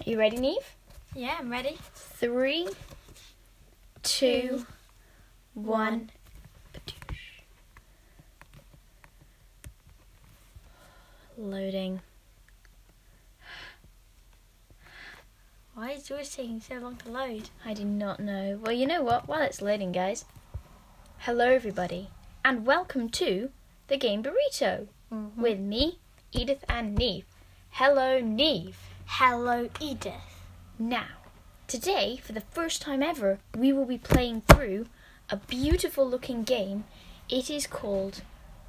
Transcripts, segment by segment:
Are you ready, Neve? Yeah, I'm ready. Three, two, Two, one. Loading. Why is yours taking so long to load? I do not know. Well, you know what? While it's loading, guys, hello everybody, and welcome to the game burrito with me, Edith, and Neve. Hello, Neve. Hello, Edith. Now, today, for the first time ever, we will be playing through a beautiful looking game. It is called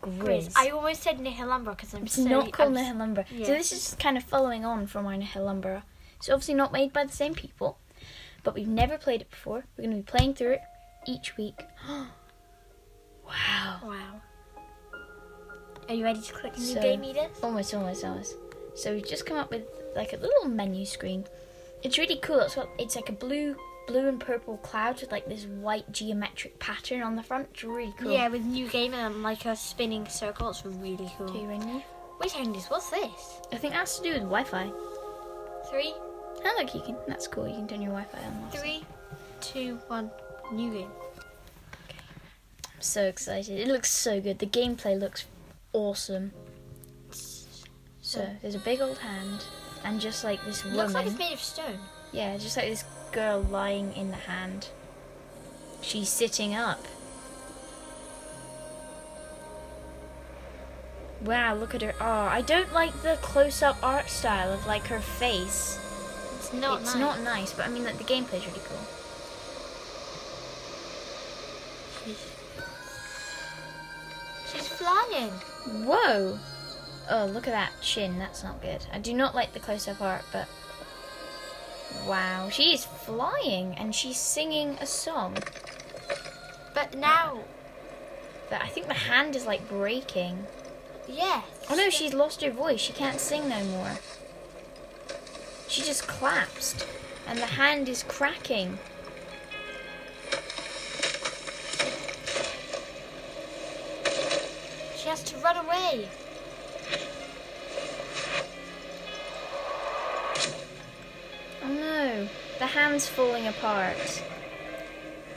Grizz. Grizz. I almost said Nihilumbra because I'm it's so. not called I'm s- Nihilumbra. yeah. So this is just kind of following on from our Nihilumbra. It's obviously not made by the same people, but we've never played it before. We're going to be playing through it each week. wow. Wow. Are you ready to click new So- game, Edith? Almost, almost, almost. So we've just come up with like a little menu screen. It's really cool. It's what it's like a blue, blue and purple cloud with like this white geometric pattern on the front. It's really cool. Yeah, with new game and like a spinning circle. It's really cool. Do you ring me? Wait, Agnes, what's this? I think that's to do with Wi-Fi. Three, Oh look, you can. That's cool. You can turn your Wi-Fi on. That's- three, two, one. New game. I'm so excited. It looks so good. The gameplay looks awesome. So there's a big old hand, and just like this woman. Looks like it's made of stone. Yeah, just like this girl lying in the hand. She's sitting up. Wow, look at her. Oh, I don't like the close-up art style of like her face. It's not it's nice. not nice, but I mean, like the gameplay's really cool. She's flying. Whoa! Oh, look at that chin. That's not good. I do not like the close-up art, but wow, she is flying and she's singing a song. But now, But I think the hand is like breaking. yes. Oh no, she's lost her voice. She can't sing no more. She just collapsed, and the hand is cracking. She has to run away. Oh no, the hand's falling apart.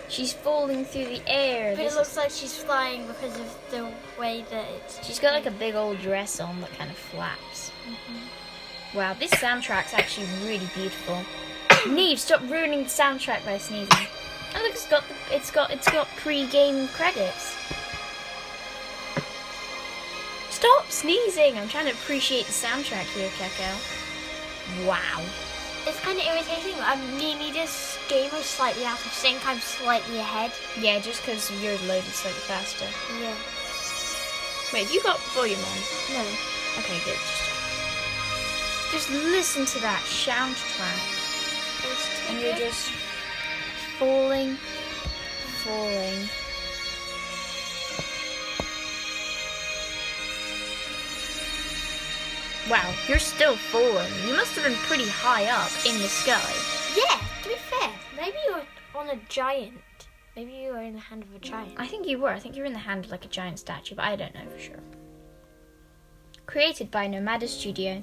She's falling through the air. But This is- it looks like she's flying because of the way that it's. she's got like a big old dress on that kind of flaps. Wow, this soundtrack's actually really beautiful. Neve, stop ruining the soundtrack by sneezing. Oh look, it's got the, it's got it's got pre-game credits. Stop sneezing! I'm trying to appreciate the soundtrack here, Keko. Wow. It's kind of irritating. Um, me and Edith's game are slightly out of sync. I'm slightly ahead. Yeah, just because yours loaded slightly faster. Yeah. Wait, have you got volume on? No. Okay, good. Just, just listen to that soundtrack, It's and you're just falling, falling. Wow, you're still falling. You must have been pretty high up in the sky. Yeah. To be fair, maybe you're on a giant. Maybe you are in the hand of a giant. I think you were. I think you were in the hand of like a giant statue, but I don't know for sure. Created by Nomada Studio.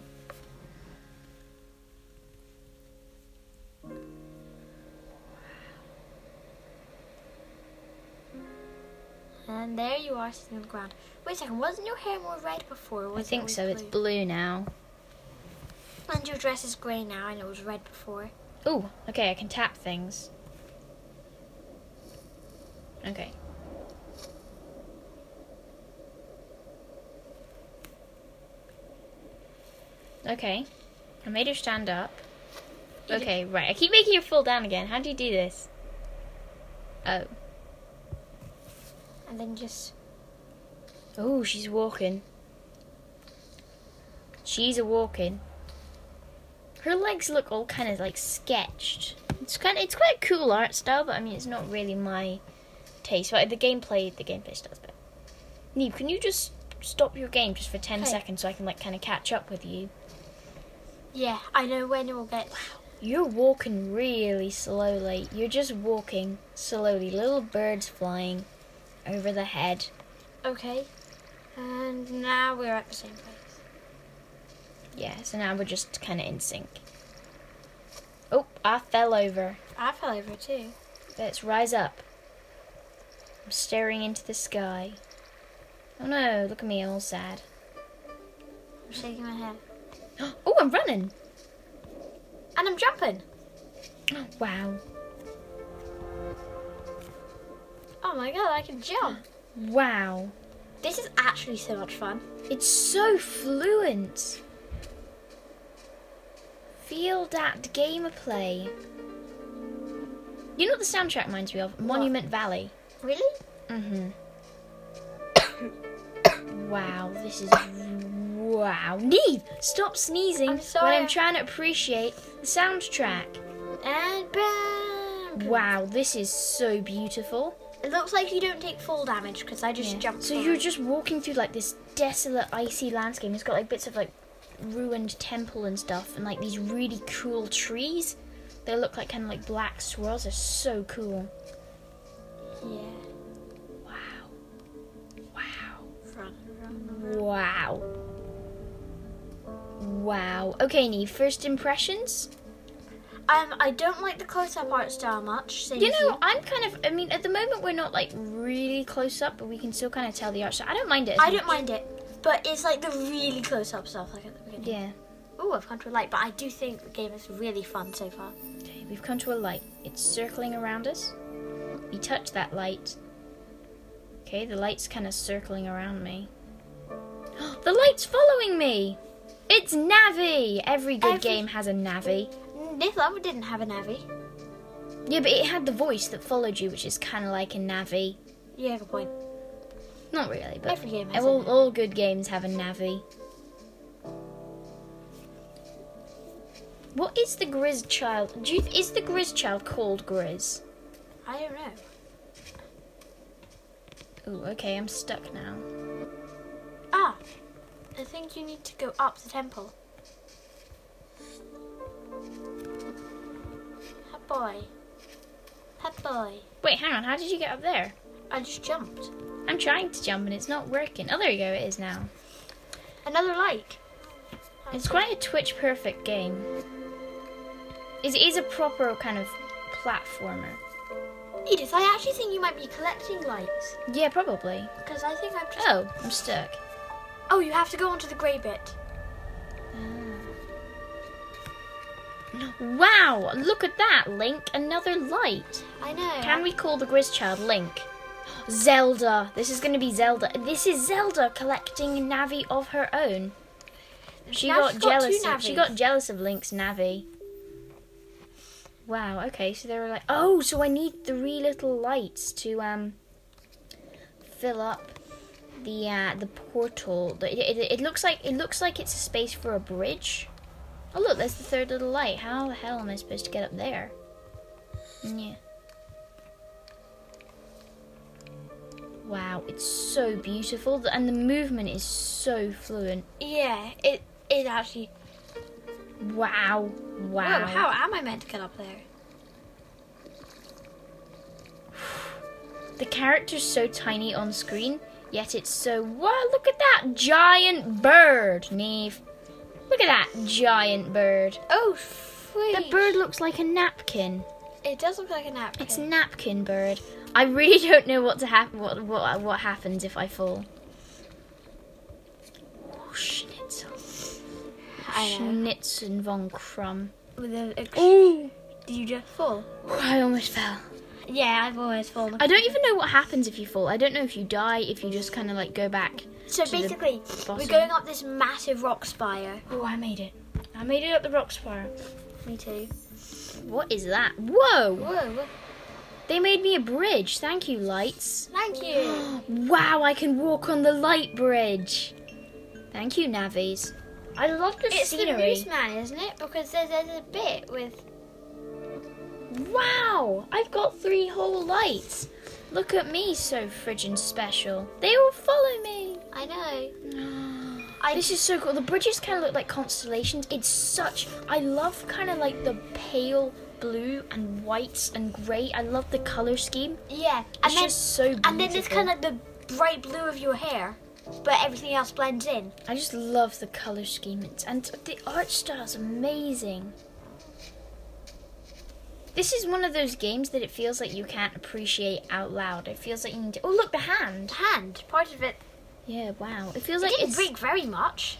And there you are sitting on the ground. Wait a second. Wasn't your hair more red before? or I Was it think always so. It's blue? blue now. And your dress is grey now, and it was red before. Ooh, okay, I can tap things. Okay. Okay. I made her stand up. You did- Okay, right. I keep making her fall down again. How do you do this? Oh. And then just Oh, she's walking. She's a walking. Her legs look all kind of like sketched. It's kind of, it's quite a cool art style, but I mean it's not really my taste. But the gameplay, the gameplay style's better. Neve, can you just stop your game just for ten Okay. seconds so I can like kind of catch up with you? yeah. I know when it will get. You're walking really slowly. You're just walking slowly. Little birds flying over the head. Okay. And now we're at the same place. Yeah, so now we're just kind of in sync. Oh, I fell over. I fell over too. Let's rise up. I'm staring into the sky. Oh no, look at me, I'm all sad. I'm shaking my head. Oh, I'm running. And I'm jumping. Wow. Oh my god, I can jump. Wow. This is actually so much fun. It's so fluent. Feel that gamer play. You know what the soundtrack reminds me of? Monument Valley. Really? Mm-hmm. wow, this is wow. Neve, stop sneezing I'm when sorry. I'm trying to appreciate the soundtrack. And bam! Wow, this is so beautiful. It looks like you don't take full damage because I just Yeah. jumped. So forward. you're just walking through like this desolate icy landscape. It's got like bits of like ruined temple and stuff, and like these really cool trees. They look like kind of like black swirls. They're so cool. Yeah. Wow. Wow. Run, run, run. Wow. Wow. Okay, Nee, first impressions? Um, I don't like the close-up art style much. Same You as know, I'm kind of, I mean, at the moment we're not like really close up, but we can still kind of tell the art. So I don't mind it. as I don't much. mind it, but it's like the really close-up stuff, like at the beginning. Yeah. Oh, I've come to a light, but I do think the game is really fun so far. Okay, we've come to a light. It's circling around us. We touch that light. Okay, the light's kind of circling around me. the light's following me! It's Navi! Every good Every- game has a Navi. This level didn't have a navi. Yeah, but it had the voice that followed you, which is kind of like a Navi. Yeah, good point. Not really, but Every game has a all, Navi. all good games have a Navi. What is the Grizz child? Do you, is the Grizz child called Grizz? I don't know. Ooh, okay, I'm stuck now. Ah, I think you need to go up the temple. Hot boy. Hot boy. Wait, hang on. How did you get up there? I just jumped. I'm trying to jump and it's not working. Oh, there you go. It is now. Another like. It's quite a Twitch perfect game. It is a proper kind of platformer. Edith, I actually think you might be collecting lights. Yeah, probably. Because I think I've just. Oh, I'm stuck. Oh, you have to go onto the grey bit. Wow, look at that, Link. Another light. I know. Can we call the Grizz Child Link? Zelda. This is going to be Zelda. This is Zelda collecting Navi of her own. She Now got she's got two jealous. of, she Navis. got jealous of Link's Navi. Wow. Okay. So they were like, oh, so I need three little lights to um fill up the uh, the portal. The- It, it, it looks like it looks like it's a space for a bridge. Oh look, there's the third little light. How the hell am I supposed to get up there? Mm, Yeah. Wow, it's so beautiful, The- and the movement is so fluent. Yeah, it it actually. Wow. Wow. Whoa, how am I meant to get up there? The character's so tiny on screen, yet it's so. Wow, look at that giant bird, Neve. Look at that giant bird. Oh, sweet. The bird looks like a napkin. It does look like a napkin. It's a napkin bird. I really don't know what to happen. What, what what happens if I fall? Oh, Schnitzel. I know. Schnitzel von Crumb. With an ex- Ooh. Did you just fall? Uh, I almost fell. Yeah, I've always fallen. I don't even know what happens if you fall. I don't know if you die, if you just kind of like go back. So to the basically, we're bottom. going up this massive rock spire. Oh, I made it. I made it up the rock spire. Me too. What is that? Whoa! Whoa! They made me a bridge. Thank you, lights. Thank you. Wow, I can walk on the light bridge. Thank you, Navies. I love the it's the scenery. Moose Man, isn't it? Because there's, there's a bit with. wow, I've got three whole lights. Look at me, so friggin' special. They all follow me. I know. I, this is so cool. The bridges kind of look like constellations. It's such. I love kind of like the pale blue and whites and grey. I love the color scheme. Yeah, It's and then just so beautiful. and then there's kind of like the bright blue of your hair, but everything else blends in. I just love the color scheme. It's, and the art style's amazing. This is one of those games that it feels like you can't appreciate out loud. It feels like you need to. Oh, look, the hand! Hand, part of it, Yeah, wow. It feels it like didn't it's. break very much.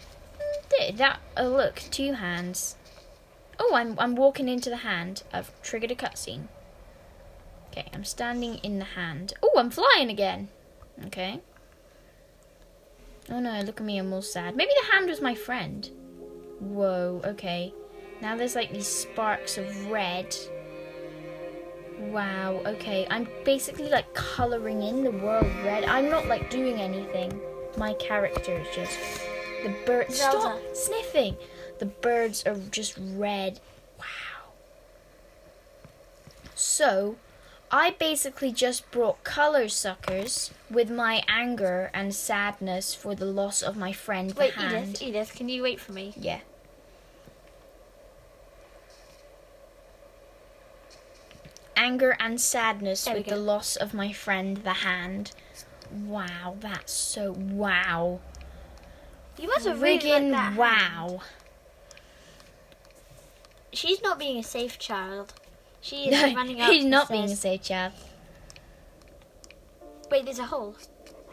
Did that? Oh, look, two hands. Oh, I'm I'm walking into the hand. I've triggered a cutscene. Okay, I'm standing in the hand. Oh, I'm flying again. Okay. Oh no, look at me, I'm all sad. Maybe the hand was my friend. Whoa, okay. Now there's like these sparks of red. Wow, okay. I'm basically like colouring in the world red. I'm not like doing anything. My character is just. The birds. Stop Zelda. sniffing! The birds are just red. Wow. So, I basically just brought color suckers with my anger and sadness for the loss of my friend. the Wait, hand. Edith, Edith, can you wait for me? Yeah. Anger and sadness There we with the go. loss of my friend, the hand. Wow, that's so wow. You must have really liked Friggin' that. hand. wow. She's not being a safe child. She is No, running up. he's the not being a stairs. safe child. Wait, there's a hole.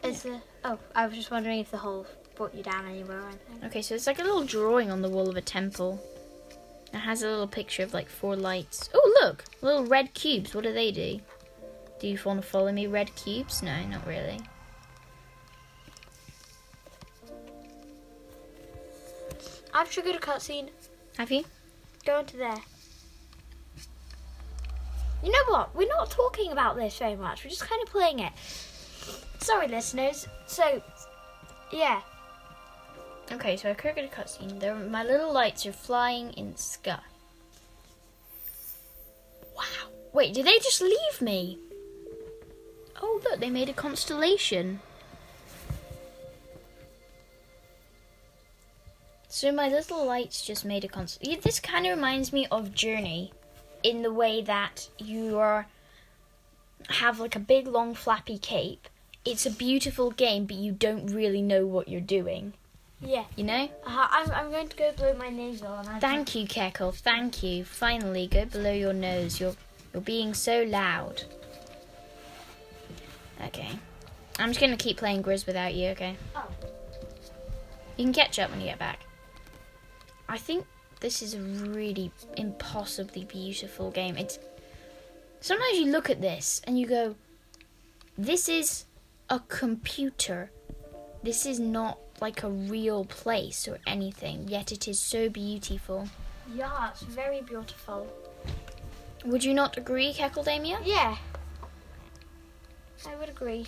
There's a. Oh, I was just wondering if the hole brought you down anywhere or anything. Okay, so it's like a little drawing on the wall of a temple. It has a little picture of like four lights. Oh, look! Little red cubes. What do they do? Do you want to follow me, red cubes? No, not really. I've triggered a cutscene. Have you? Go into there. You know what? We're not talking about this very much. We're just kind of playing it. Sorry, listeners. So, yeah. Okay, so I created a cutscene. There, my little lights are flying in the sky. Wow. Wait, did they just leave me? Oh, look, they made a constellation. So my little lights just made a constellation. This kind of reminds me of Journey in the way that you are have like a big long flappy cape. It's a beautiful game, but you don't really know what you're doing, Yeah. you know? Uh, I'm, I'm going to go blow my nasal. And I'm Thank you, Keckle. Thank you. Finally, go below your nose. You're you're being so loud. Okay. I'm just gonna keep playing Grizz without you, okay? Oh. You can catch up when you get back. I think this is a really impossibly beautiful game. It's sometimes you look at this and you go, This is a computer. This is not like a real place or anything, yet it is so beautiful. Yeah, it's very beautiful. Would you not agree, Keckledamia? Yeah. I would agree.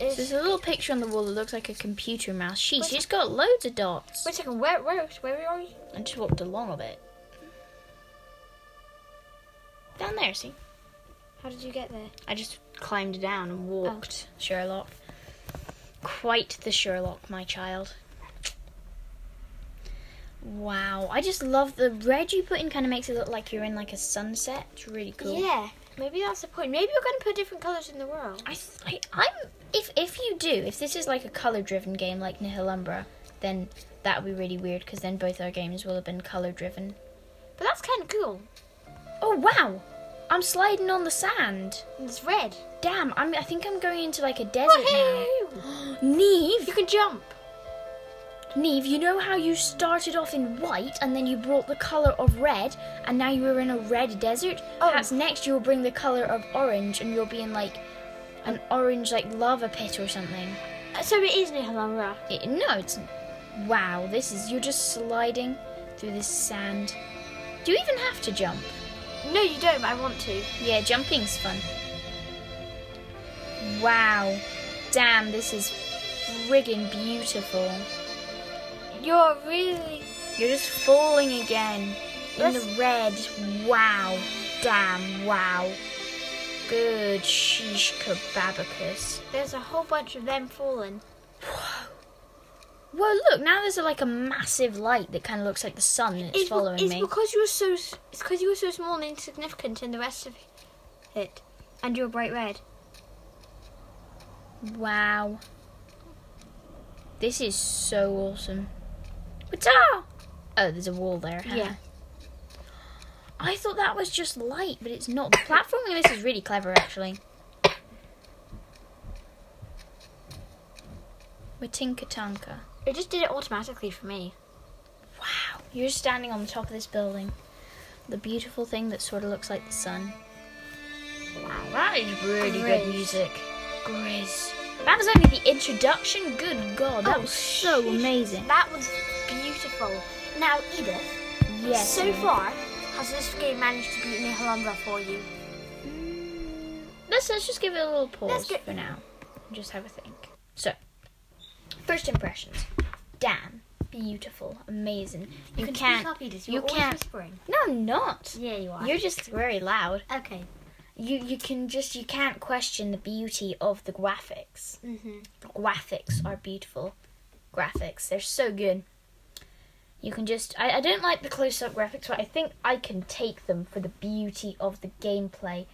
It's, There's a little picture on the wall that looks like a computer mouse. She's Wait. just got loads of dots. wait a second, where, where, where are you? I just walked along a bit. Down there, see? How did you get there? I just climbed down and walked, Sherlock. Quite the Sherlock, my child. Wow, I just love the red you put in. Kind of makes it look like you're in like a sunset. It's really cool. Yeah, maybe that's the point. Maybe you're going to put different colours in the world. I, th- I I'm if if you do if this is like a color driven game like Nihilumbra, then that would be really weird because then both our games will have been color driven. But that's kind of cool. Oh wow, I'm sliding on the sand. And It's red. Damn, I'm I think I'm going into like a desert now. Woohoo! You Neve, can jump. Neve, you know how you started off in white and then you brought the color of red and now you are in a red desert. Oh. Perhaps next you'll bring the color of orange and you'll be in like an orange like lava pit or something. Uh, So it is Nihalambra. It, no, it's. Wow, this is. You're just sliding through this sand. Do you even have to jump? No, you don't, but I want to. Yeah, jumping's fun. Wow. Damn, this is friggin' beautiful. You're really. You're just falling again in the Let's- red. Wow. Damn, wow. Good sheesh kebabicus. There's a whole bunch of them falling. Well, look, now there's like a massive light that kind of looks like the sun and it's, be- following it's me. because you were so. s- It's because you were so small and insignificant in the rest of it, and you were bright red. Wow. This is so Uh-huh. awesome. What's up? Oh, there's a wall there. huh? Yeah. I thought that was just light, but it's not. The platforming in this is really clever, actually. We're Tinker Tanker. It just did it automatically for me. Wow. You're standing on the top of this building. The beautiful thing that sort of looks like the sun. Wow, that is really Great. good music. Grizz. That was only the introduction. Good God, that Oh, was so sheesh. amazing. That was beautiful. Now, Edith, Yes. so far, has this game managed to beat Nihalambra for you? Mm, let's let's just give it a little pause Let's go- for now. And just have a think. So, first impressions. Damn, beautiful, amazing. You, can't. Speak up, Edith. you You're always can't- Whispering. No, I'm not. Yeah, you are. You're just very loud. Okay. You you can just you can't question the beauty of the graphics. Mm-hmm. graphics are beautiful. Graphics, they're so good. You can just. I, I don't like the close up graphics, but I think I can take them for the beauty of the gameplay.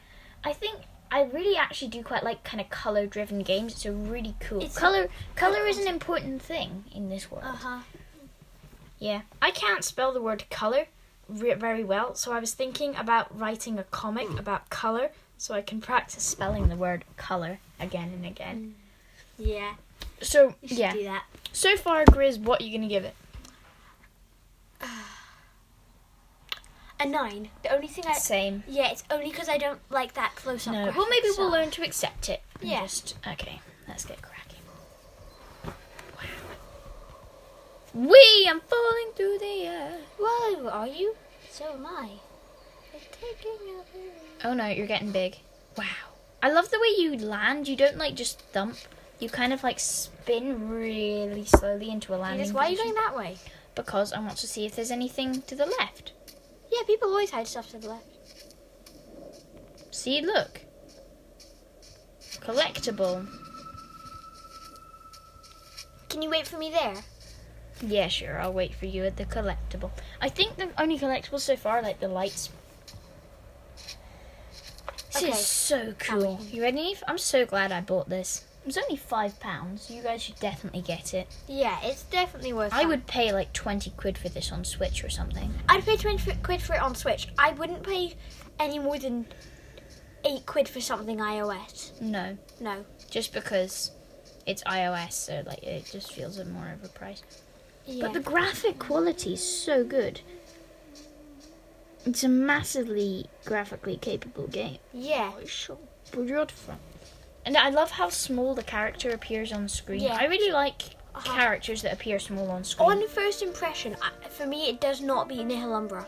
I think I really actually do quite like kind of color driven games. It's a really cool. It's- color color is an important thing in this world. Uh huh. Yeah. I can't spell the word color re- very well, so I was thinking about writing a comic about color so I can practice spelling the word color again and again. Yeah. So, You should yeah. do that. So far, Grizz, what are you going to give it? A nine. The only thing I. Same. Yeah, it's only because I don't like that close up. No. Uh, Well, maybe we'll learn to accept it. and Yeah. Just, okay, let's get cracking. Wow. We, I'm falling through the air. Whoa, are you? So am I. I'm taking a- Oh no, you're getting big. Wow. I love the way you land. You don't like just thump. You kind of like spin really slowly into a landing. Edith, why are you position. going that way? Because I want to see if there's anything to the left. Yeah, people always hide stuff to the left. See, look. Collectible. Can you wait for me there? Yeah, sure. I'll wait for you at the collectible. I think the only collectibles so far are like the lights. This Okay. is so cool. You ready? I'm so glad I bought this. It was only five pounds. You guys should definitely get it. Yeah, it's definitely worth I it. would pay like twenty quid for this on Switch or something. I'd pay 20 fi- quid for it on Switch. I wouldn't pay any more than 8 quid for something iOS. No, No. just because it's iOS, so like it just feels a more overpriced. Yeah. But the graphic quality is so good. It's a massively graphically capable game. yeah. so beautiful. And I love how small the character appears on screen. Yeah. I really like Uh-huh. Oh, characters that appear small on screen. On first impression, I- for me, it does not beat Nihilumbra.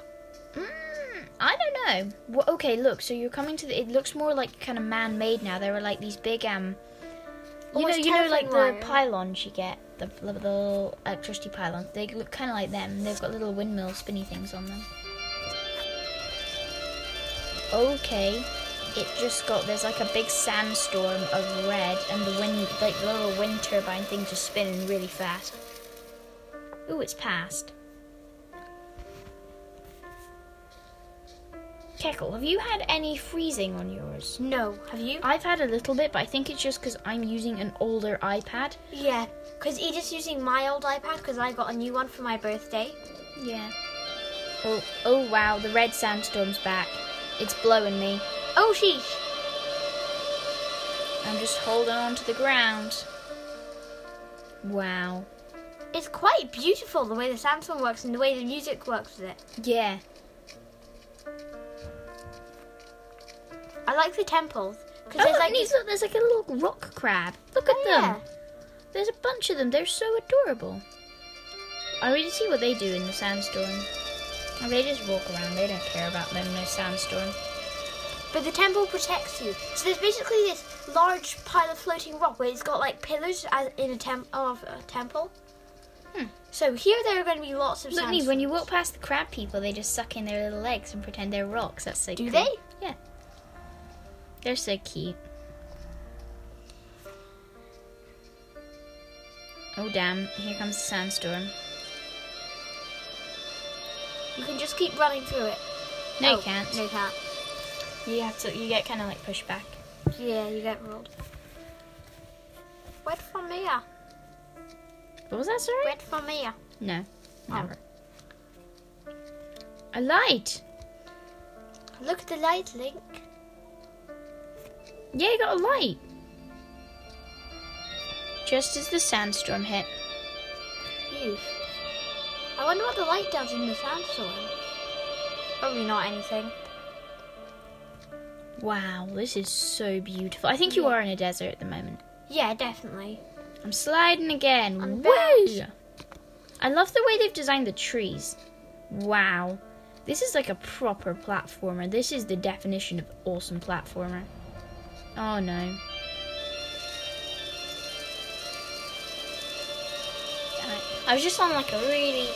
Mm, I don't know. Well, okay, look. So you're coming to the. It looks more like kind of man-made now. There are like these big um. You know, Almost you know, like telephone the wire. pylons you get, the, the little electricity pylons. They look kind of like them. They've got little windmill spinny things on them. Okay, it just got there's like a big sandstorm of red, and the wind, like the little wind turbine things, are spinning really fast. Ooh, it's passed. Keckle, have you had any freezing on yours? No. Have you? I've had a little bit, but I think it's just because I'm using an older iPad. Yeah, because Edith's using my old iPad because I got a new one for my birthday. Yeah. Oh, oh wow, the red sandstorm's back. It's blowing me. Oh, sheesh. I'm just holding on to the ground. Wow. It's quite beautiful the way the sandstorm works and the way the music works with it. Yeah. I like the temples because Oh, there's like and these, look, there's like a little rock crab. Look at Oh, them. There's a bunch of them. They're so adorable. I really see what they do in the sandstorm. And they just walk around. They don't care about them in a sandstorm. But the temple protects you. So there's basically this large pile of floating rock where it's got like pillars as in a temp of a temple. Hmm. So here there are going to be lots of. Look, Neve, sandstorms. when you walk past the crab people, they just suck in their little legs and pretend they're rocks. That's so Do cool. they? Yeah. They're so cute. Oh, damn. Here comes the sandstorm. You can just keep running through it. No, Oh, you can't. No, you can't. You have to, you get kind of like pushed back. Yeah, you get rolled. Wait for me. What was that, sorry? Wait for me. No, Oh. never. I lied. Look at the light, Link. Yeah, you got a light. Just as the sandstorm hit. Phew. I wonder what the light does in the sandstorm. Probably not anything. Wow, this is so beautiful. I think you Yeah. are in a desert at the moment. Yeah, definitely. I'm sliding again. I'm Woo! I love the way they've designed the trees. Wow. This is like a proper platformer. This is the definition of awesome platformer. Oh no. Damn it. I was just on like a really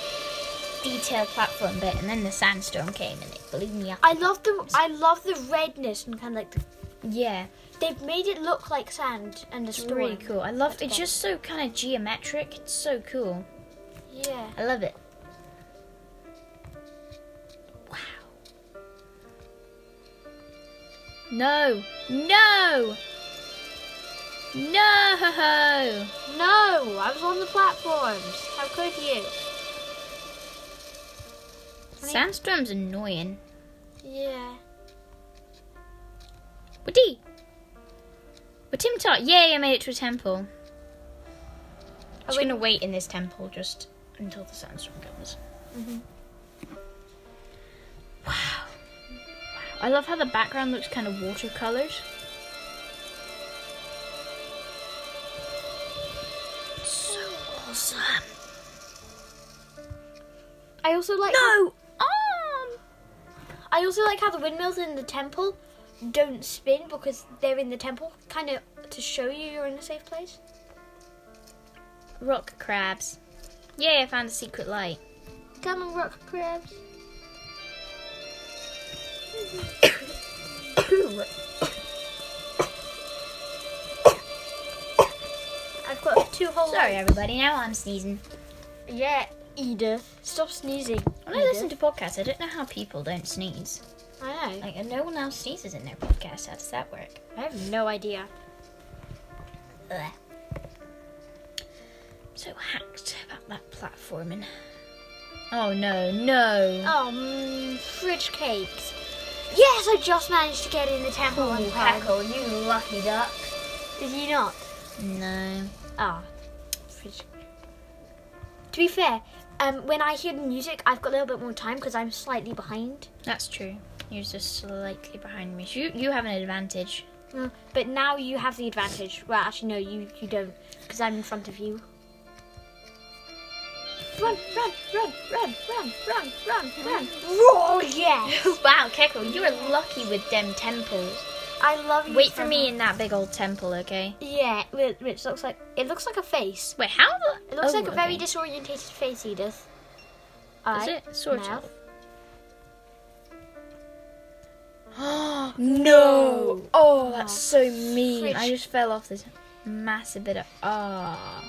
detailed platform bit and then the sandstorm came and it blew me up. I love the I love the redness and kind of like the, Yeah, they've made it look like sand and a it's storm. really cool. I love That's it's cool. just so kind of geometric. It's so cool. Yeah. I love it. Wow. No. No. No. No, I was on the platforms. How could you? Sandstorm's annoying. Yeah. Woody. But Tim Tot, yay, I made it to a temple. I'm just wait. going to wait in this temple just until the sandstorm comes. Mhm. Wow. Wow. I love how the background looks kind of watercolored. So awesome. I also like how- No! Arm! I also like how the windmills in the temple don't spin because they're in the temple, kind of to show you you're in a safe place. Rock crabs. Yay, I found a secret light. Come on, rock crabs. I've got two whole. Sorry, everybody, now I'm sneezing. Yeah, Edith, stop sneezing. When I listen to podcasts, I don't know how people don't sneeze. I know. Like, and no one else sneezes in their podcast. How does that work? I have no idea. Ugh. So hacked about that platforming. Oh no, no. Oh, mm, fridge cakes. Yes, I just managed to get in the temple on time. you lucky duck. Did you not? No. Ah, fridge. To be fair, um, when I hear the music, I've got a little bit more time because I'm slightly behind. That's true. You're just slightly behind me. So You you have an advantage. Mm, But now you have the advantage. Well, actually, no, you, you don't because I'm in front of you. Run, run, run, run, run, run, run, run. Roar, yeah! wow, Keko, you are lucky with them temples. I love you. Wait so for me much. in that big old temple, okay? Yeah, whi- which looks like it looks like a face. Wait, how? the- It looks Oh, like a very okay. disorientated face, Edith. Is Eye, it sort mouth. of? no! Oh, that's Oh, so mean. I fridge. just fell off this massive bit of. Ah.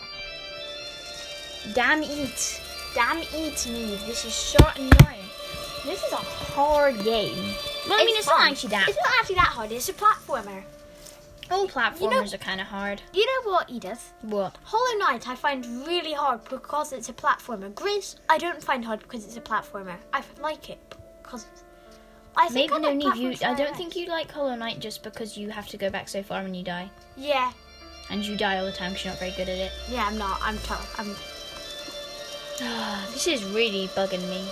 Damn eat. Damn eat me. This is so annoying. This is a hard game. Well, I mean, it's not fun. actually that. It's not actually that hard. It's a platformer. All platformers are kind of hard. You know what, Edith? What? Hollow Knight I find really hard because it's a platformer. Gris I don't find hard because it's a platformer. I like it because I think Maybe I no like need you. platforms I very don't much. think you like Hollow Knight just because you have to go back so far and you die. Yeah, And you die all the time because you're not very good at it. yeah, I'm not. I'm tough. I'm. this is really bugging me.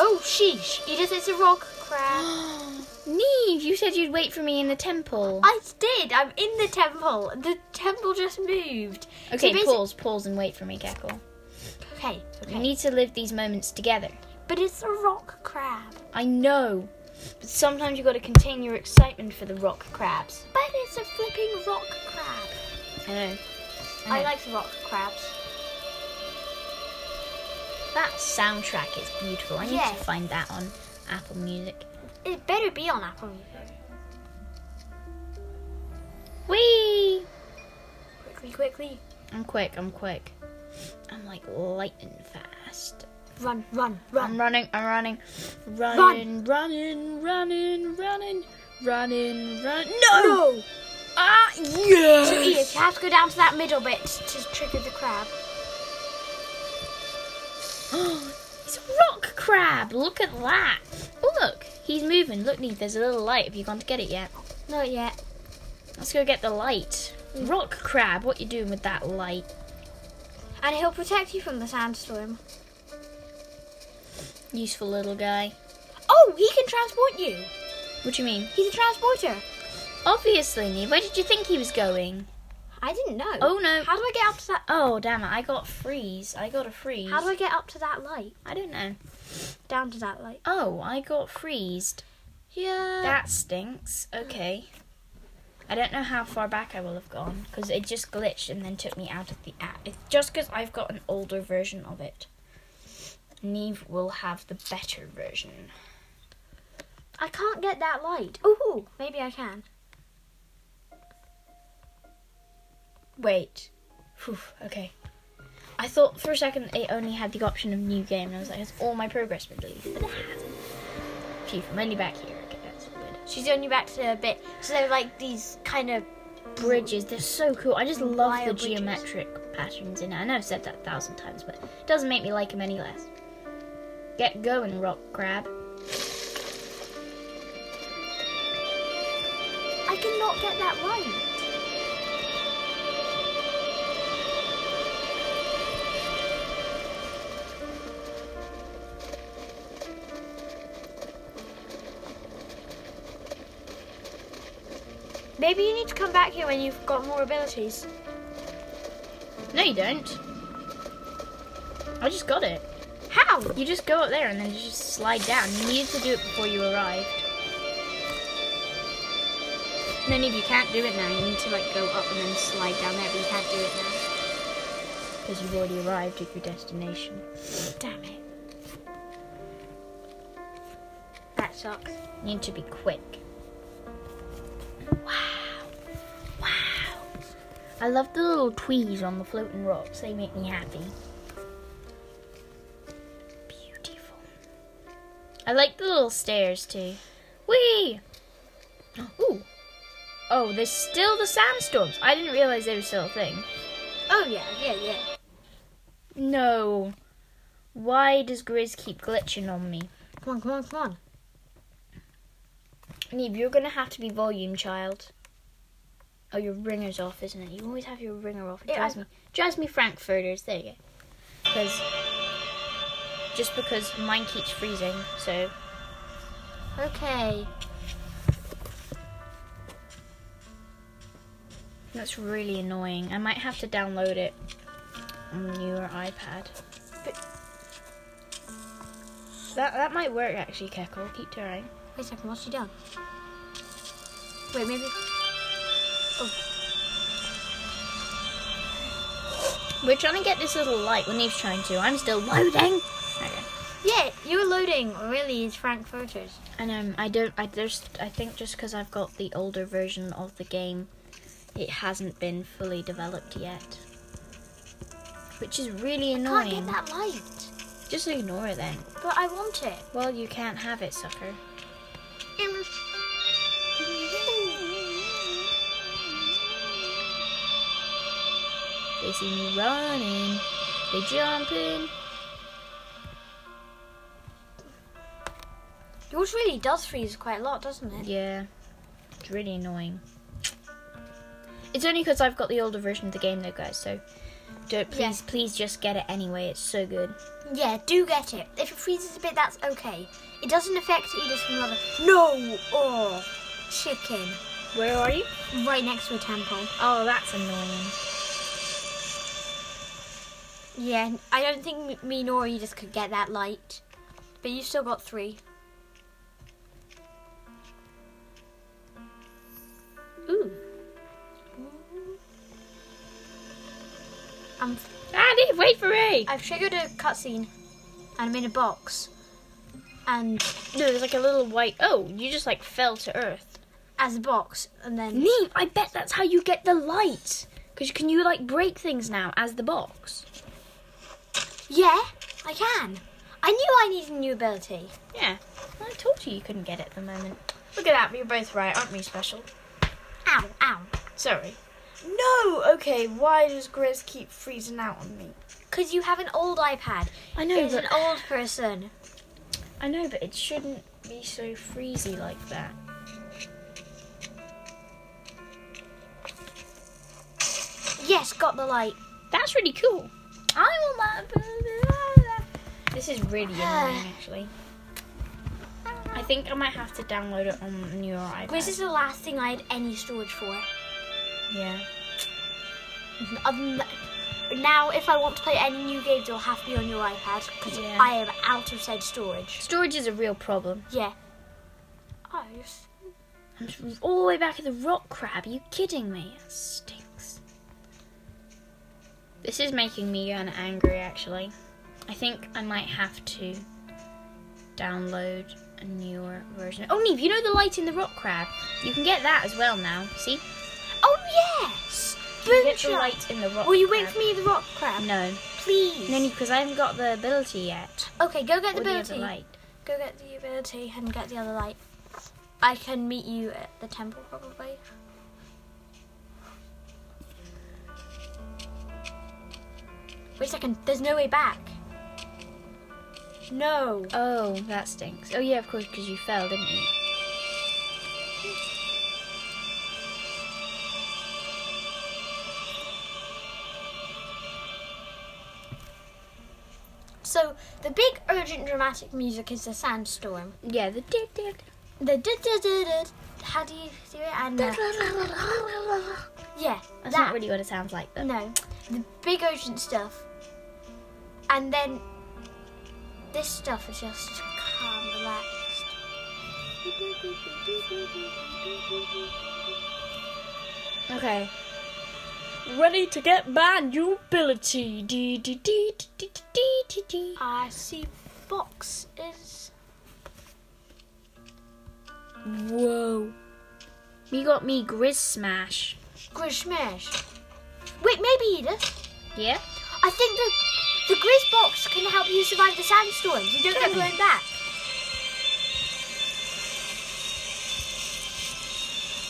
Oh, sheesh, Edith, it's a rock crab. Neve, you said you'd wait for me in the temple. I did. I'm in the temple. The temple just moved. So okay, basi- pause, pause, and wait for me, Gekko. Okay, We okay. need to live these moments together. But it's a rock crab. I know, but sometimes you've got to contain your excitement for the rock crabs. But it's a flipping rock crab. I know. I Okay. like the rock crabs. That soundtrack is beautiful. I need Yeah. to find that on Apple Music. It better be on Apple Music. Whee! Quickly, quickly. I'm quick, I'm quick. I'm like lightning fast. Run, run, I'm run. running, I'm running. Running, running, running, running, running, running. No! No! Ah, So yes! Edith, you have to go down to that middle bit to trigger the crab. It's a rock crab. Look at that. Oh, look. He's moving. Look, Neve, there's a little light. Have you gone to get it yet? Not yet. Let's go get the light. Rock crab, what you doing with that light? And he'll protect you from the sandstorm. Useful little guy. Oh, he can transport you. What do you mean? He's a transporter. Obviously, Neve. Where did you think he was going? I didn't know. Oh, no. How do I get up to that? Oh, damn it. I got freeze. I got a freeze. How do I get up to that light? I don't know. Down to that light. Oh, I got freezed. Yeah. That stinks. Okay. I don't know how far back I will have gone because it just glitched and then took me out of the app. It's just because I've got an older version of it. Neve will have the better version. I can't get that light. Ooh, maybe I can. Wait. Phew, okay. I thought for a second it only had the option of new game, and I was like, has all my progress been deleted? But it hasn't. Chief, I'm only back here. Okay, that's good. She's only back to a bit. So they're like these kind of. Bridges, they're so cool. I just love Wire the bridges. geometric patterns in it. I know I've said that a thousand times, but it doesn't make me like him any less. Get going, rock crab. I cannot get that light. Maybe you need to come back here when you've got more abilities. No, you don't. I just got it. How? You just go up there and then you just slide down. You needed to do it before you arrived. No, Neve, you can't do it now. You need to like go up and then slide down there, but you can't do it now because you've already arrived at your destination. Damn it. That sucks. You need to be quick. Wow, wow! I love the little tweeze on the floating rocks. They make me happy. Beautiful. I like the little stairs too. Whee! Ooh. Oh, there's still the sandstorms. I didn't realize they were still a thing. Oh yeah, yeah, yeah. No. Why does Grizz keep glitching on me? Come on, come on, come on. Neve, you're gonna have to be volume child. Oh, your ringer's off, isn't it? You always have your ringer off. It Yeah, drives I- me, drives me Frankfurters. There you go. Because just because mine keeps freezing, so Okay. that's really annoying. I might have to download it on your iPad. But that that might work actually, Keckle. Keep trying. Wait a second, what's she done? Wait, maybe. We're trying to get this little light. Well, Neve's trying to. I'm still loading. Okay. Yeah, you were loading. Really, is Frankfurters. And um, I don't. I there's. I think just because I've got the older version of the game, it hasn't been fully developed yet, which is really Can't annoying. get that light. Just ignore it then. But I want it. Well, you can't have it, sucker. They see me running. They jumping. Yours really does freeze quite a lot, doesn't it? Yeah, it's really annoying. It's only because I've got the older version of the game though, guys. So don't please, Yeah. please just get it anyway. It's so good. Yeah, do get it. If it freezes a bit, that's okay. It doesn't affect Edith from another. No! Oh, chicken. Where are you? Right next to a temple. Oh, that's annoying. Yeah, I don't think me nor you just could get that light. But you still got three. Ooh. I'm, Andy, Ah, wait for me! I've triggered a cutscene, and I'm in a box. And No, there's like a little white. Oh, you just like fell to earth. as a box, and then Neat. I bet that's how you get the light. Cause can you like break things now as the box? yeah, I can. I knew I needed a new ability. Yeah. I told you you couldn't get it at the moment. Look at that. We're both right, aren't we? Special. Ow, ow. Sorry. No. Okay. Why does Grizz keep freezing out on me? because you have an old iPad. I know, It's but an old person. I know, but it shouldn't be so freezy like that. Yes, got the light. That's really cool. I want that. This is really annoying, actually. I think I might have to download it on your iPad. This is the last thing I had any storage for. Mm-hmm. yeah. Um, now, if I want to play any new games, it'll have to be on your iPad because Yeah. I am out of said storage. Storage is a real problem. Yeah. Oh, you're s- I'm s- all the way back at the rock crab. Are you kidding me? That stinks. This is making me kind of angry, actually. I think I might have to download a newer version. Oh, Neve, you know the light in the rock crab? You can get that as well now. See? oh yes, You get the Boomshot. light in the rock Will you crab. wait for me, at the rock crab? No. please. No, because I haven't got the ability yet. Okay, go get the Or the other ability. light. Go get the ability and get the other light. I can meet you at the temple probably. Wait a second, there's no way back. No. Oh, that stinks. Oh, yeah, of course, because you fell, didn't you? So the big urgent dramatic music is the sandstorm. Yeah, the dip, dip, dip. The da da da da. How do you do it? And uh, yeah, That's that. not really what it sounds like, though. No, the big ocean stuff. And then this stuff is just calm, relaxed. Okay. Ready to get my new ability. Dee, dee, dee, dee, dee, dee, dee, dee. I see boxes. Whoa. You got me Grizz Smash. Grishmash. Wait, maybe Edith. Yeah? I think the the grizz box can help you survive the sandstorms. You don't have to going back.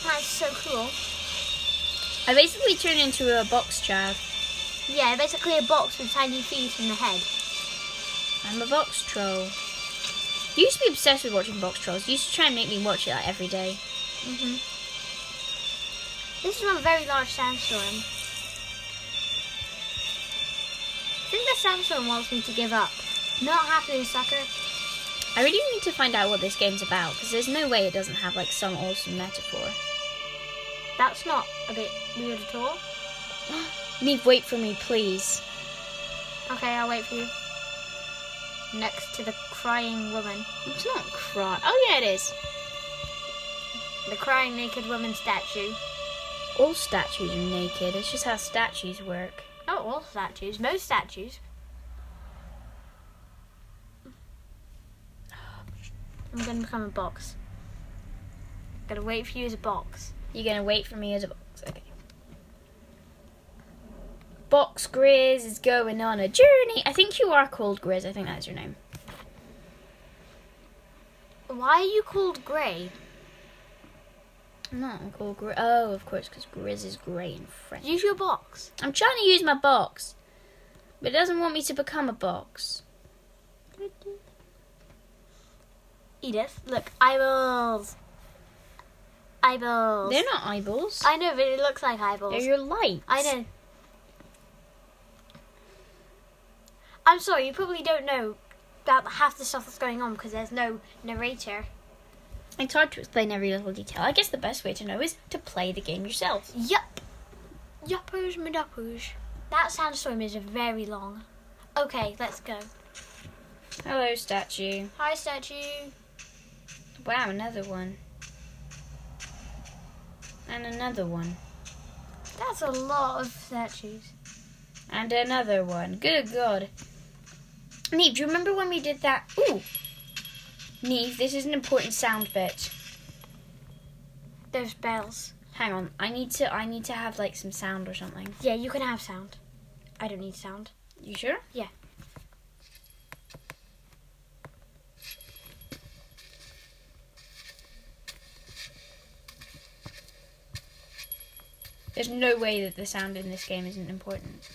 That's so cool. I basically turned into a box child. Yeah, basically a box with tiny feet and a head. I'm a box troll. You used to be obsessed with watching box trolls. You used to try and make me watch it like every day. hmm This is a very large sandstorm. I think the sandstorm wants me to give up. Not happening, sucker. I really need to find out what this game's about because there's no way it doesn't have like some awesome metaphor. That's not a bit weird at all. Neve, wait for me, please. Okay, I'll wait for you. Next to the crying woman. It's not cry. Oh yeah, it is. The crying naked woman statue. All statues are naked. It's just how statues work. Not Oh, all statues, most statues. I'm gonna become a box. Gonna wait for you as a box. You're gonna wait for me as a box. Okay. Box Grizz is going on a journey. I think you are called Grizz. I think that's your name. Why are you called Grey? I'm not I'm called Grizz. Oh, of course, because Grizz is grey in French. Use your box. I'm trying to use my box, but it doesn't want me to become a box. Edith, look, eyeballs. Eyeballs. They're not eyeballs. I know, but it looks like eyeballs. They're your lights. I know. I'm sorry, you probably don't know about half the stuff that's going on because there's no narrator. It's hard to explain every little detail. I guess the best way to know is to play the game yourself. Yup. Yuppers meduppers. That sandstorm is very long. Okay, let's go. Hello, statue. Hi, statue. Wow, another one. And another one. That's a lot of statues. And another one. Good God. Neve, do you remember when we did that? Ooh! Neve, this is an important sound bit. There's bells. Hang on, I need to I need to have like some sound or something. Yeah, you can have sound. I don't need sound. You sure? Yeah. There's no way that the sound in this game isn't important.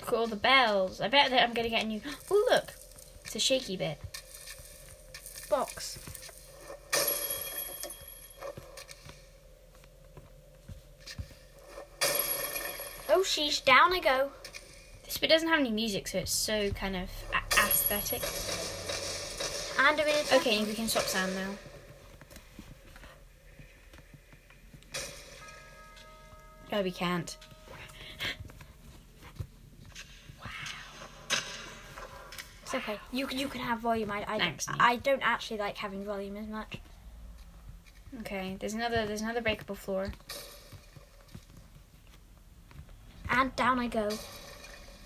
look at all the bells. I bet that I'm gonna get a new. Oh look, it's a shaky bit. Box. Oh, sheesh, down I go. This bit doesn't have any music, so it's so kind of a- aesthetic. And I'm in a temple. Okay, we can stop sound now. No, we can't. It's okay. You, you can have volume. I, I, Thanks, Nick. I don't actually like having volume as much. Okay, there's another there's another breakable floor. And down I go.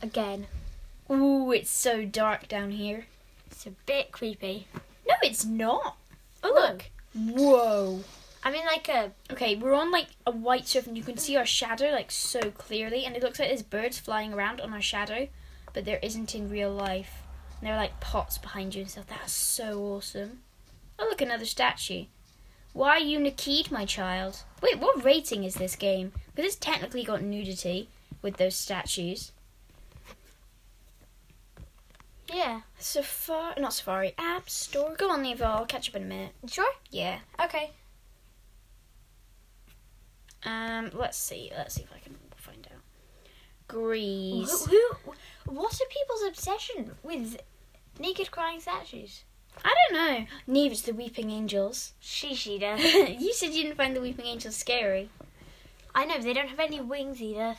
Again. Ooh, it's so dark down here. It's a bit creepy. No, it's not. Oh, look. Whoa. I'm in like a. Okay, we're on like a white surface and you can see our shadow like so clearly and it looks like there's birds flying around on our shadow, but there isn't in real life. And there are like pots behind you and stuff. That's so awesome. Oh look, another statue. Why are you naked, my child? Wait, what rating is this game? Because it's technically got nudity with those statues. Yeah. Safari, not Safari, App Store. Go on, Eva, I'll catch up in a minute. Sure? Yeah. Okay. Um, let's see. Let's see if I can find out. Who, Greece. who, what are people's obsession with naked crying statues? I don't know. Neve, it's the Weeping Angels. She, she does. you said you didn't find the Weeping Angels scary. I know, they don't have any wings either.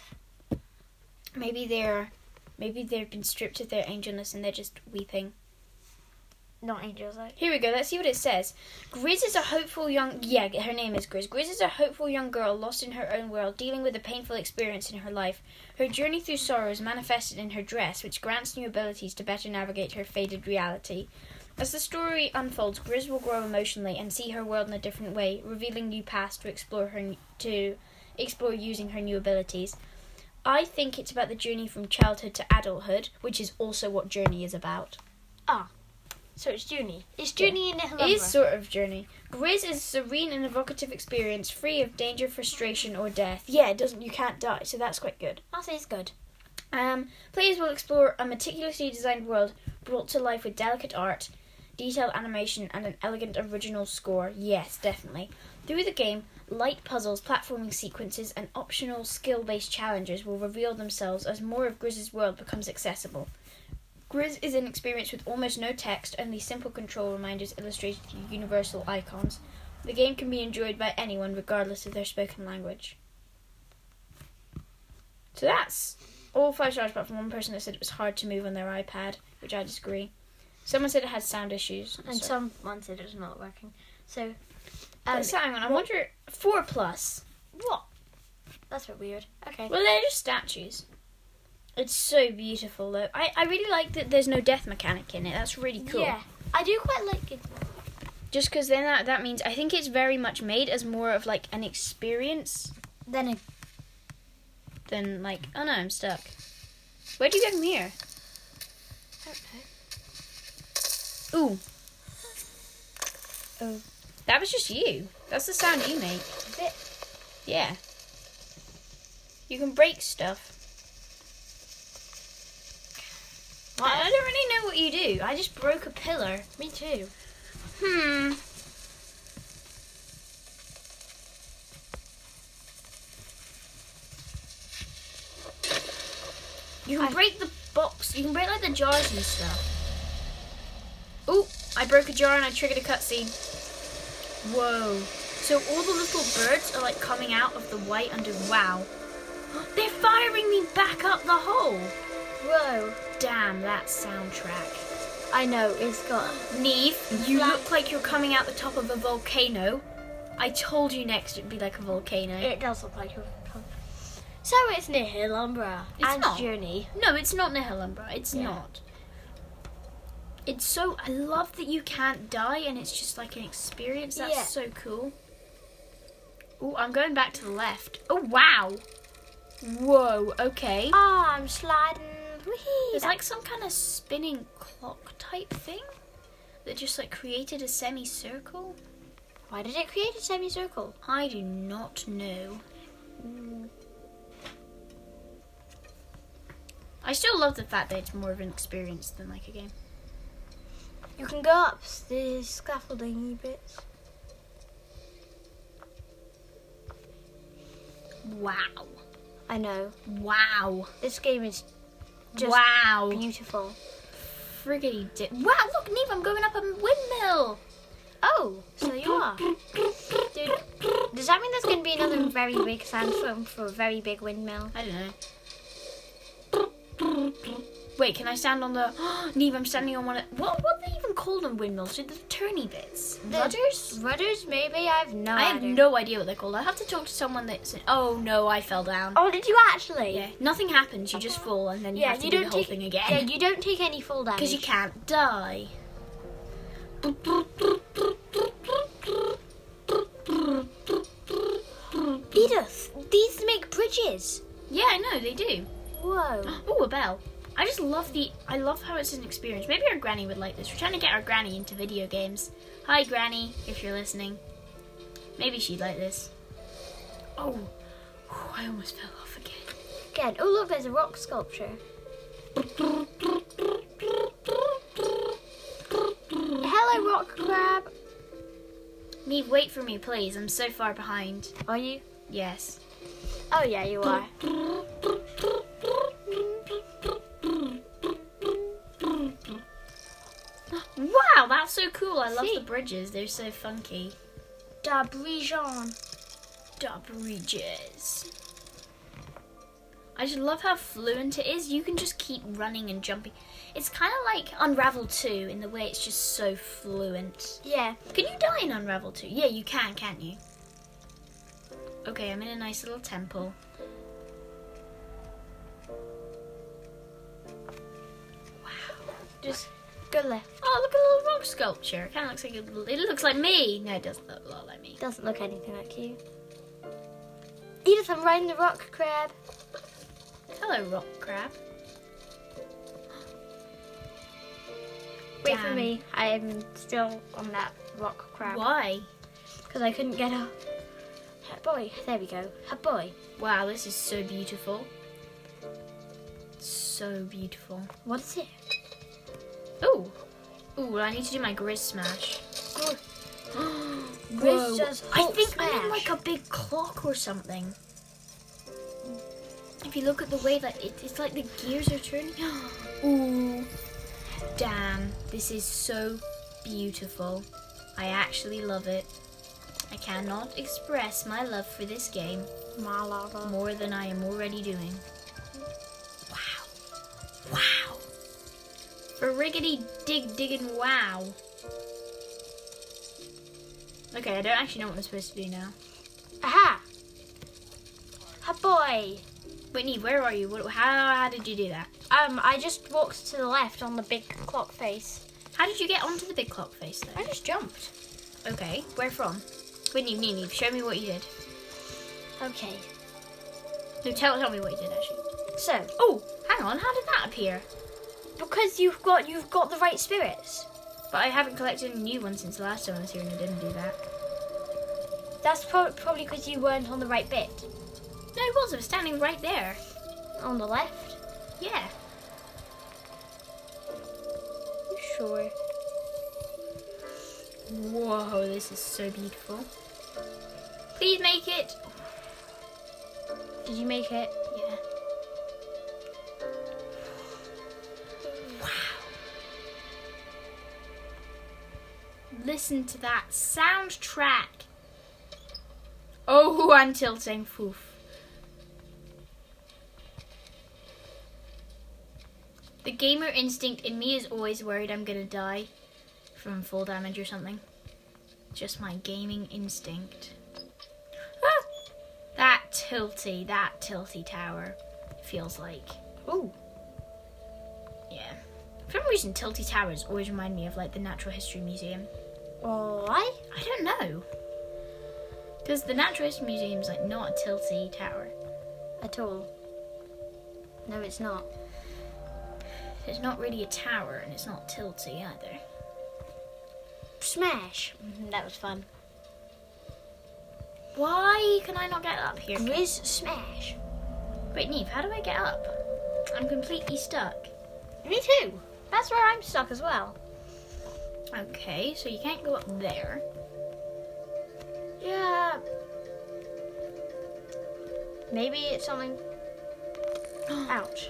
Maybe they're, maybe they've been stripped of their angelness and they're just weeping. Not angels, though. Here we go. Let's see what it says. Grizz is a hopeful young. Yeah, her name is Grizz. Grizz is a hopeful young girl lost in her own world, dealing with a painful experience in her life. Her journey through sorrow is manifested in her dress, which grants new abilities to better navigate her faded reality. As the story unfolds, Grizz will grow emotionally and see her world in a different way, revealing new paths to explore her to explore using her new abilities. I think it's about the journey from childhood to adulthood, which is also what Journey is about. So it's Junie. It's Junie in Nihilumbra. It is sort of journey. Grizz is a serene and evocative experience, free of danger, frustration, or death. Yeah, it doesn't. You can't die, so that's quite good. That is good. Um, players will explore a meticulously designed world brought to life with delicate art, detailed animation, and an elegant original score. Yes, definitely. Through the game, light puzzles, platforming sequences, and optional skill based challenges will reveal themselves as more of Grizz's world becomes accessible. Grizz is an experience with almost no text, only simple control reminders illustrated through universal icons. The game can be enjoyed by anyone, regardless of their spoken language. So that's all five stars apart from one person that said it was hard to move on their iPad, which I disagree. Someone said it had sound issues. And so- someone said it was not working. So, um, That's- hang on, I wonder four plus. what? That's a bit weird. Okay. Well, they're just statues. It's so beautiful though. I, I really like that there's no death mechanic in it. That's really cool. Yeah. I do quite like it. Just because then that, that means I think it's very much made as more of like an experience Then a than like oh no I'm stuck. Where do you go from here? Ooh. Oh. That was just you. That's the sound you make. bit. Yeah. You can break stuff. Well, I don't really know what you do. I just broke a pillar. Me too. Hmm. You can I- break the box. You can break like the jars and stuff. Ooh, I broke a jar and I triggered a cutscene. Whoa. So all the little birds are like coming out of the white under. Wow. They're firing me back up the hole. Whoa. Damn that soundtrack. I know, it's got. Neve, you Flat- look like you're coming out the top of a volcano. I told you next it'd be like a volcano. It does look like a. So it's Nihilumbra. It's and not. Journey. no, it's not Nihilumbra. It's Yeah. not. It's so. I love that you can't die and it's just like an experience. That's Yeah. so cool. Oh, I'm going back to the left. Oh, wow. Whoa, okay. Ah, I'm sliding. Whee! It's like some kind of spinning clock type thing that just like created a semicircle. Why did it create a semicircle? I do not know. I still love the fact that it's more of an experience than like a game. You can go up the scaffolding bits. Wow. I know. Wow. This game is just wow. beautiful. Friggity di- Wow, look, Neve, I'm going up a windmill. Oh, so you are. Dude, does that mean there's going to be another very big sandstorm for a very big windmill? I don't know. Wait, can I stand on the. Neve, I'm standing on one of. What, what are they even called on windmills? Did the turny bits? The- Rudders? Rudders, maybe? I have no I have idea. no idea what they're called. I have to talk to someone that's. Oh no, I fell down. Oh, did you actually? Yeah, nothing happens. You just fall and then you Yeah, have to you do don't the whole take- thing Yeah, again you don't take any fall damage. because you can't die. Edith, these make bridges. Yeah, I know they do. Whoa. Oh, a bell. I just love the. I love how it's an experience. Maybe our granny would like this. We're trying to get our granny into video games. Hi, granny, if you're listening. Maybe she'd like this. Oh, Whew, I almost fell off again. Again. Oh, look, there's a rock sculpture. Hello, rock crab. Neve, wait for me, please. I'm so far behind. Are you? Yes. Oh, yeah, you are. Wow, that's so cool. I love See? the bridges. They're so funky. Da Brijon. Da bridges. I just love how fluent it is. You can just keep running and jumping. It's kind of like Unravel 2 in the way it's just so fluent. Yeah. Can you die in Unravel 2? Yeah, you can, can't you? Okay, I'm in a nice little temple. Just go left. Oh, look at a little rock sculpture. It kind of looks like a little, it looks like me. No, it doesn't look a lot like me. Doesn't look anything like you. Edith, I'm riding the rock crab. Hello, rock crab. Wait for Damn. me. I am still on that rock crab. Why? Because I couldn't get up. Ha boy, there we go. Ha boy. Wow, this is so beautiful. So beautiful. What is it? Ooh. Ooh, well, I need to do my Grizz Smash. Gr- Whoa. just I Hulk think I'm in smash. like a big clock or something. If you look at the way that it, it's like the gears are turning. Ooh. Damn, this is so beautiful. I actually love it. I cannot express my love for this game Malala. more than I am already doing. Wow. Wow. Friggity dig diggin' wow. Okay, I don't actually know what I'm supposed to do now. Aha! Ha boy! Whitney, where are you? What, how, how did you do that? Um, I just walked to the left on the big clock face. How did you get onto the big clock face I there? just jumped. Okay, where from? Whitney, Nini, show me what you did. Okay. No, tell, tell me what you did actually. So, Oh, hang on, how did that appear? because you've got you've got the right spirits. But I haven't collected a new one since the last time I was here and I didn't do that. That's pro- probably because you weren't on the right bit. No, it was, I was standing right there. On the left. Yeah. You sure? Whoa, this is so beautiful. Please make it. Did you make it? Yeah. Wow. Listen to that soundtrack. Oh, I'm tilting. Foof. The gamer instinct in me is always worried I'm gonna die from full damage or something. Just my gaming instinct. Ah! That tilty, that tilty tower feels like. Ooh. Yeah. For some reason, tilty towers always remind me of like the Natural History Museum. Why? I don't know. Because the Natural History Museum is like not a tilty tower. At all. No, it's not. It's not really a tower and it's not tilty either. Smash. Mm-hmm, That was fun. Why can I not get up here? Grizz smash. Wait, Neve, how do I get up? I'm completely stuck. Me too. That's where I'm stuck as well. Okay, so you can't go up there. Yeah. Maybe it's something. Ouch.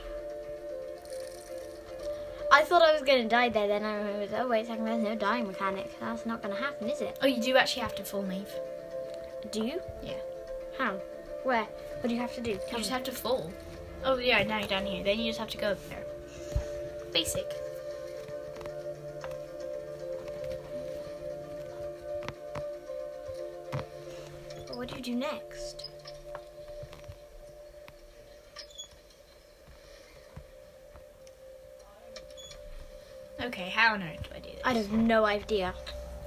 I thought I was gonna die there. Then I remembered. Oh wait, a second. There's no dying mechanic. That's not gonna happen, is it? Oh, you do actually have to full move. Do you? Yeah. How? Where? What do you have to do? You Tell just me. have to fall. Oh yeah, now you're down here. Then you just have to go up there. Basic. What do you do next? Okay, how on earth do I do this? I have no idea.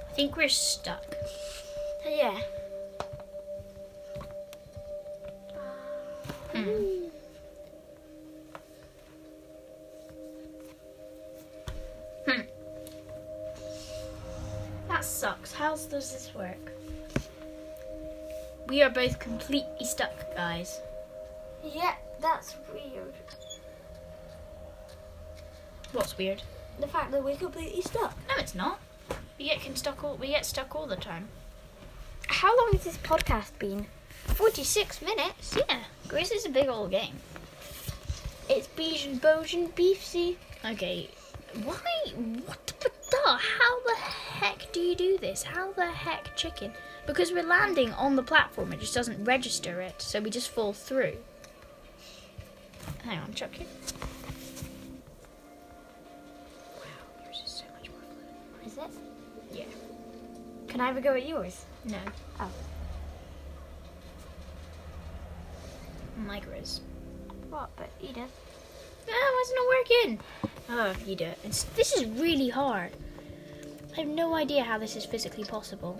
I think we're stuck. Yeah. Mm. Hmm. That sucks. How does this work? We are both completely stuck, guys. Yeah, that's weird. What's weird? The fact that we're completely stuck. No, it's not. We get can stuck all we get stuck all the time. How long has this podcast been? 46 minutes. Yeah, Greece is a big old game. It's Bijan Bojan Beefsy. Okay, why? What the? How the heck do you do this? How the heck, chicken? Because we're landing on the platform, it just doesn't register it, so we just fall through. Hang on, chuck it. Wow, yours is so much more fluid. Is it? Yeah. Can I have a go at yours? No. Oh. Micros. What? But Edith. Ah, why isn't it working? Oh, you do it. It's, this is really hard. I have no idea how this is physically possible.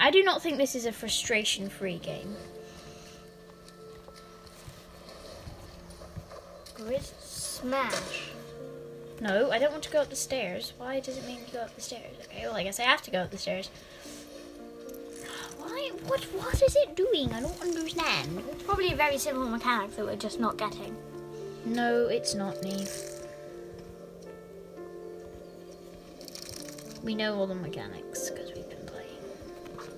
I do not think this is a frustration free game. Grizz Smash. No, I don't want to go up the stairs. Why does it make me go up the stairs? Okay, well, I guess I have to go up the stairs. Why? What? What is it doing? I don't understand. It's probably a very simple mechanic that we're just not getting. No, it's not, Neve. We know all the mechanics because we've been playing.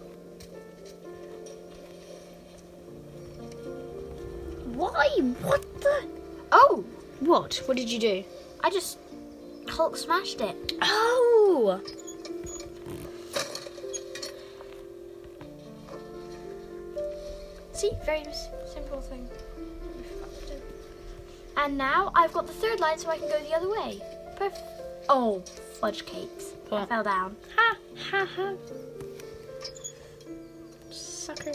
Why? What the? Oh! What? What did you do? I just Hulk smashed it. Oh! See? Very s- simple thing. And now I've got the third line so I can go the other way. Perfect. Oh, fudge cakes. I What? fell down. Ha! Ha! Ha! Sucker!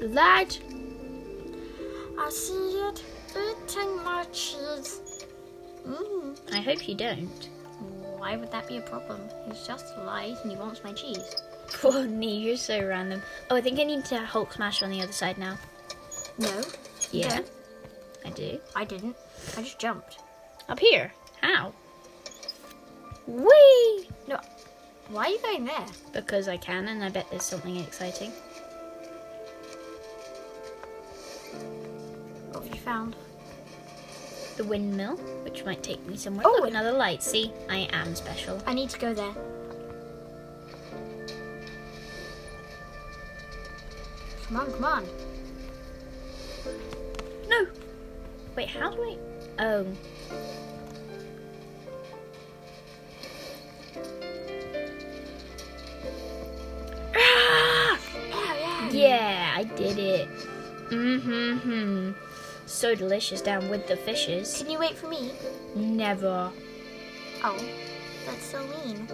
Lad! I see it eating my cheese. Mm. I hope you don't. Why would that be a problem? He's just alive and he wants my cheese. Poor knee, you're so random. Oh, I think I need to Hulk smash on the other side now. No, you Yeah. don't. I do. I didn't. I just jumped. Up here. How? Whee! Why are you going there? Because I can, and I bet there's something exciting. What have you found? The windmill, which might take me somewhere. Oh, Look, it- another light. See, I am special. I need to go there. Come on, come on. No. Wait, how do I? Oh. Ah! Yeah, yeah. Yeah, I did it. Mm-hmm. So delicious down with the fishes. Can you wait for me? Never. Oh, that's so mean.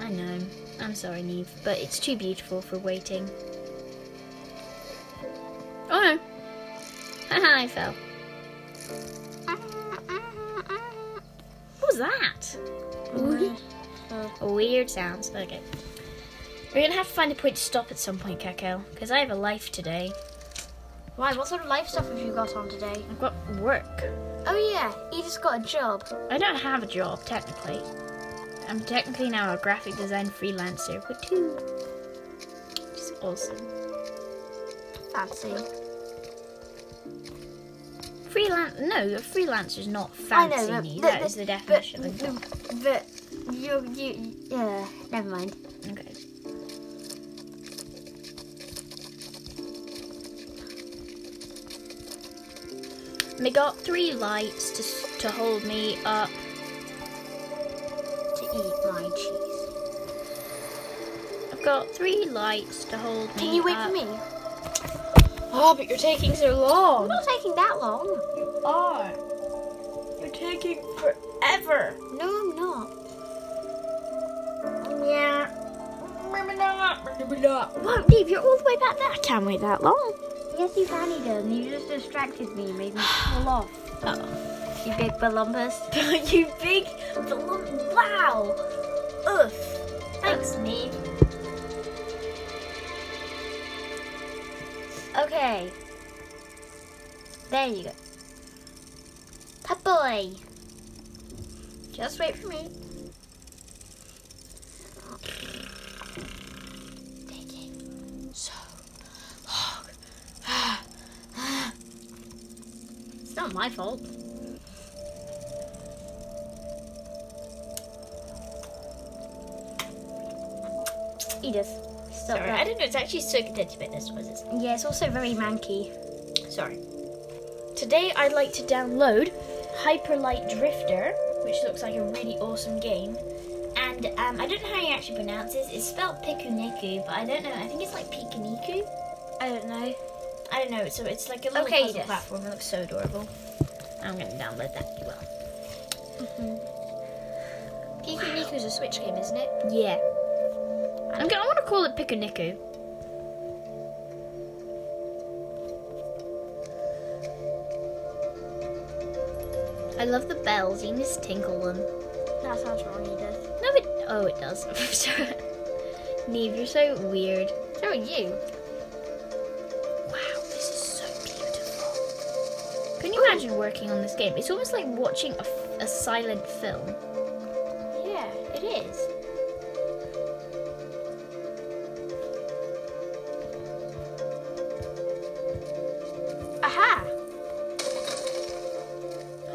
I know. I'm sorry, Neve, but it's too beautiful for waiting. Oh no. Haha, I fell. What was that? Ooh. A weird sounds. Okay. We're gonna have to find a point to stop at some point, Kakel, because I have a life today. Why? What sort of life stuff have you got on today? I've got work. Oh yeah, Edith's got a job. I don't have a job, technically. I'm technically now a graphic design freelancer, which is awesome. Fancy. Freelance? No, a freelancer is not I fancy know, but new. the- That the- is the But, definition of a job. but you, you, yeah, never mind. Okay. They got three lights to s- to hold me up. To eat my cheese. I've got three lights to hold me. Can you wait for up. me? Oh, but you're taking so I'm long. not taking that long. You are. You're taking forever. No, I'm not. Yeah. Remember that. Remember that. Well, Dave, you're all the way back there. I can't wait that long. Yes, you can, Eden. You just distracted me, made me pull off. Oh. You big balumbus. you big. balloon- Wow. Ugh. Thanks, Neve. Okay. There you go. Good boy. Just wait for me. Taking so long. It's not my fault. Edith, stop Sorry, I that. don't know. It's actually so good to this was. It's Yeah, it's also very manky. Sorry. Today I'd like to download Hyperlight Drifter, which looks like a really awesome game. And um, I don't know how you actually pronounce this. It's spelled Pikuniku, but I don't know. I think it's like Pikuniku. I don't know. I don't know. So it's like a little Okay, puzzle yes. platform. It looks so adorable. I'm gonna download that as well. Mm-hmm. Geeky Nico is a Switch game, isn't it? Yeah. I'm gonna. I want to call it Pikuniku. I love the bells. You just tinkle them. That sounds wrong, Edith. No, it. Oh, it does. Sorry. Neve, you're so weird. So are you. Wow, this is so beautiful. Oh. Can you imagine working on this game? It's almost like watching a, f- a silent film. Yeah, it is. Aha!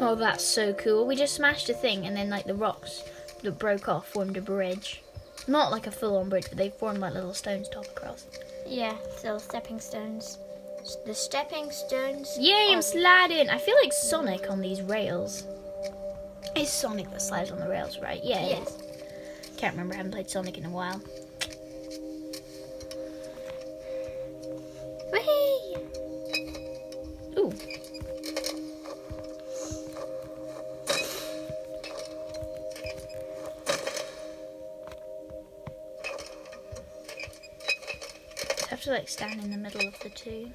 Oh, that's so cool. We just smashed a thing, and then like the rocks that broke off formed a bridge. Not like a full-on bridge, but they formed like little stones to hop across. Yeah, still stepping stones. S- The stepping stones. Yay, I'm of- sliding! I feel like Sonic on these rails. It's Sonic that slides on the rails, right? Yeah. it Yes. is. Can't remember. I haven't played Sonic in a while. Whee! Ooh. I have to like stand in the middle of the two.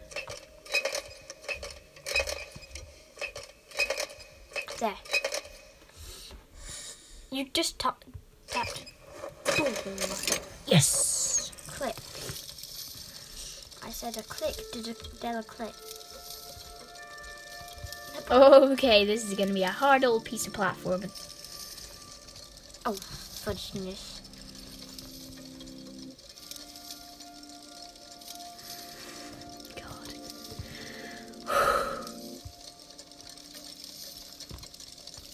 There. You just tap tapped. Boom. Yes. Click. I said a click, did a, did a click. Okay, this is gonna be a hard old piece of platform. Oh, fudginess. Oh, God.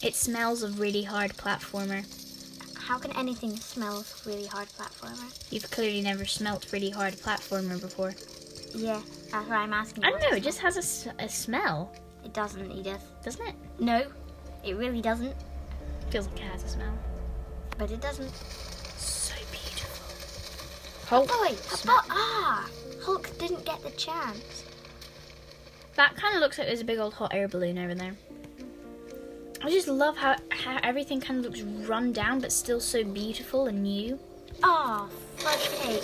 it smells of really hard platformer. How can anything smell of really hard platformer? You've clearly never smelt really hard platformer before. Yeah, that's what I'm asking. I what don't know, to it just has a s- a, smell, smell. It doesn't, Edith. doesn't it? No, it really doesn't, Feels like it has a smell. but it doesn't. So Oh, beautiful. Hulk. Boy, smell. but ah! Hulk didn't get the chance. That kind of looks like there's a big old hot air balloon over there. I just love how, how everything kind of looks run down but still so beautiful and new. Ah, fudge cake.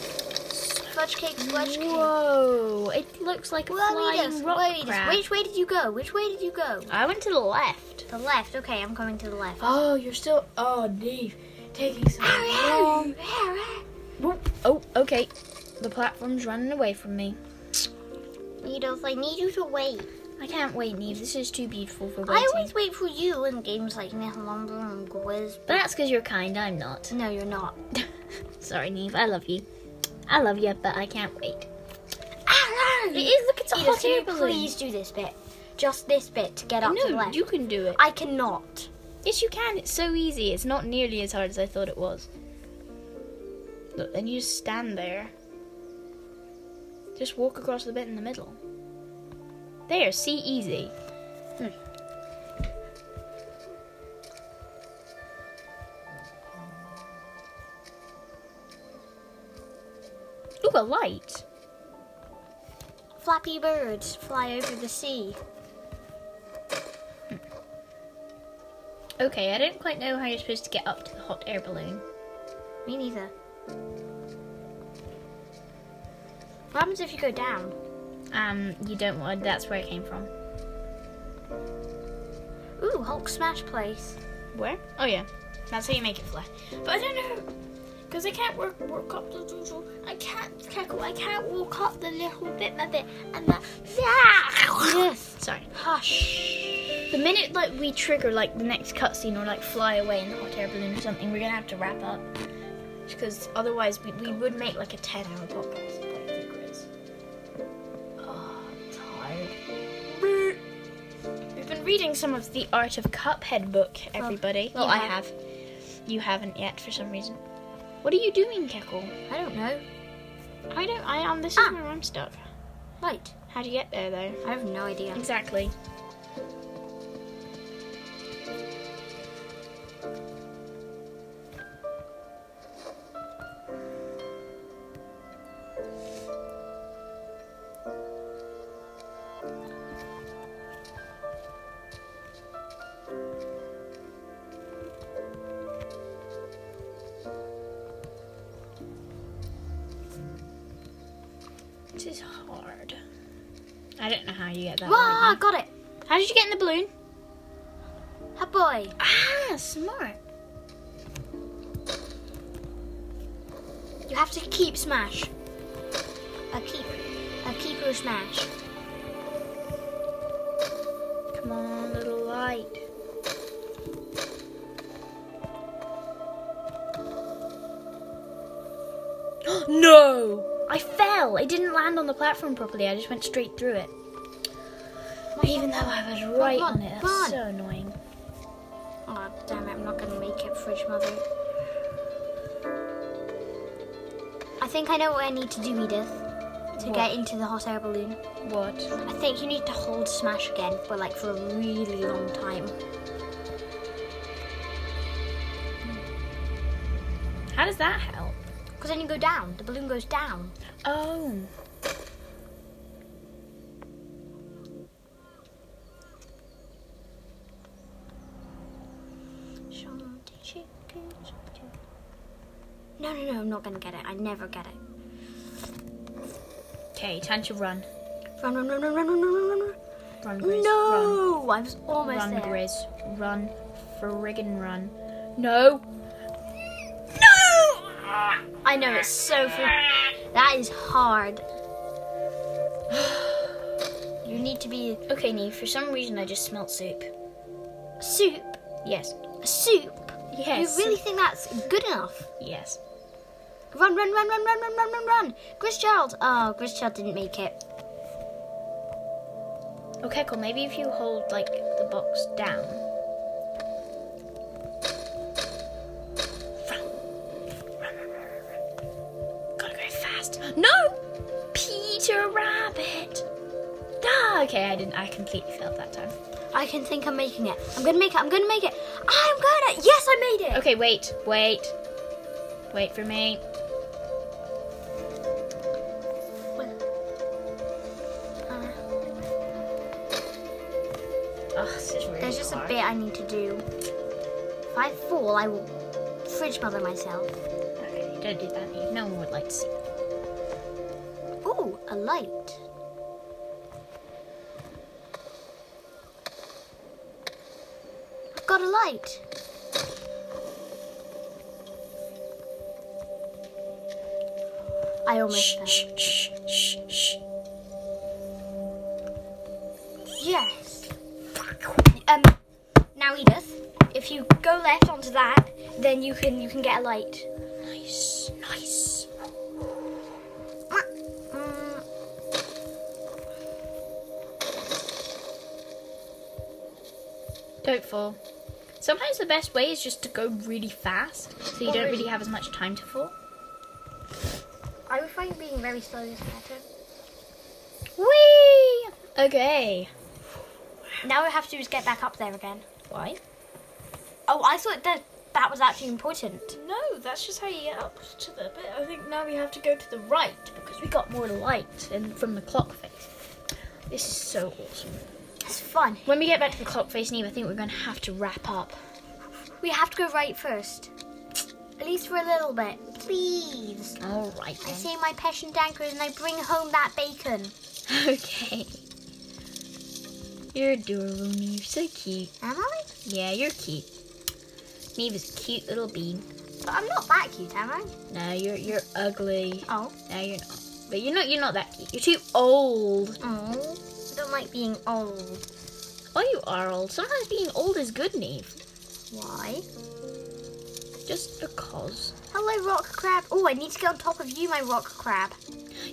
Fudge cake, fudge cake. Whoa, it looks like a Whoa, flying Edith, rock whoa, Edith. crab. Which way did you go? Which way did you go? I went to the left. The left. Okay, I'm going to the left. Oh, you're still. Oh, Neve, taking so Arrow, arrow. Oh, okay. The platform's running away from me. Needles, I need you to wait. I can't wait, Neve. This is too beautiful for waiting. I always wait for you in games like Nihilumber and Gwiz. But that's because you're kind. I'm not. No, you're not. Sorry, Neve. I love you. I love you, but I can't wait. Arrow! It is. Look, it's a Edith, hot can air you balloon. please do this bit? just this bit to get up to the No, left. you can do it. I cannot. Yes, you can. It's so easy. It's not nearly as hard as I thought it was. Look, then you just stand there. Just walk across the bit in the middle. There, see, easy. Hmm. Ooh, a light. Flappy birds fly over the sea. Okay, I don't quite know how you're supposed to get up to the hot air balloon. Me neither. What happens if you go down? Um, you don't want. That's where it came from. Ooh, Hulk smash place. Where? Oh yeah, that's how you make it fly. But I don't know, cause I can't work work up the doodle. I can't cackle. I can't walk up the little bit my bit and that. Yes. Sorry. Hush. The minute like we trigger like the next cutscene or like fly away in the hot air balloon or something, we're gonna have to wrap up, because otherwise we, we would make like a ten hour podcast. I think it is. Oh, I'm tired. We've been reading some of the Art of Cuphead book, everybody. Well, well, you I have. You haven't yet for some reason. What are you doing, Keckle? I don't know. I don't. I um. This is Ah. where I'm stuck. Right. How do you get there though? I have no idea. Exactly. This is hard. I don't know how you get that. Wah! Got it. How did you get in the balloon? Ha boy. Ah, smart. You have to keep smash. A keep. A keeper smash. Come on, little light. no! I fell. I didn't land on the platform properly. I just went straight through it. Even though I was right on, on it. come on. That's so annoying. Oh damn it! I'm not gonna make it, fridge mother. I think I know what I need to do, Edith, to What? get into the hot air balloon. What? I think you need to hold smash again, but like for a really long time. How does that help? Because then you go down. The balloon goes down. Oh. Shanty chicken, shanty. No, no, no! I'm not gonna get it. I never get it. Okay, time to run. Run, run, run, run, run, run, run, run, run. Run, Grizz. Run. No! I was almost Run, there. Grizz. Run. Friggin' run. No. No! I know it's so fr- that is hard. you need to be Okay, Nee, for some reason I just smelt soup. soup, Yes. soup. Yes. You really think that's good enough? Yes. Run, run, run, run, run, run, run, run, run. Grischild. Oh, Grischild didn't make it. Okay, cool. Maybe if you hold, like, the box down. Run. Run, run, run, run, run. Gotta go fast. No! Peter Rabbit! Ah, okay, I didn't. I completely failed that time. I can think I'm making it. I'm gonna make it. I'm gonna make it. I'm gonna. Yes, I made it. Okay, wait, wait. Wait for me. Uh, Oh, this is really there's just a hard. bit I need to do. If I fall, I will fridge mother myself. Okay, don't do that, Eve. No one would like to see that. Ooh, a light. I've got a light. I almost fell. Shh, shh, shh, shh. Yes. Um. Now, Edith, if you go left onto that, then you can you can get a light. Nice, nice. Mm. Don't fall. Sometimes the best way is just to go really fast, so you Or don't really- really have as much time to fall. I would find being very slow is better. Whee! Okay. Now all I have to do is get back up there again. Why? Oh, I thought that that was actually important. No, that's just how you get up to the bit. I think now we have to go to the right because we got more light and from the clock face. This is so awesome. It's fun. When we get back to the clock face, Neve, I think we're going to have to wrap up. We have to go right first. At least for a little bit. Please. All right I then. say my passion dankers and I bring home that bacon. Okay. You're adorable, Neve. So cute. Am I? Yeah, you're cute. Neve is a cute little bean. But I'm not that cute, am I? No, you're you're ugly. Oh. No, you're not. But you're not you're not that cute. You're too old. Oh. I don't like being old. Oh, you are old. Sometimes being old is good, Neve. Why? Just because. Hello, rock crab. Oh, I need to get on top of you, my rock crab.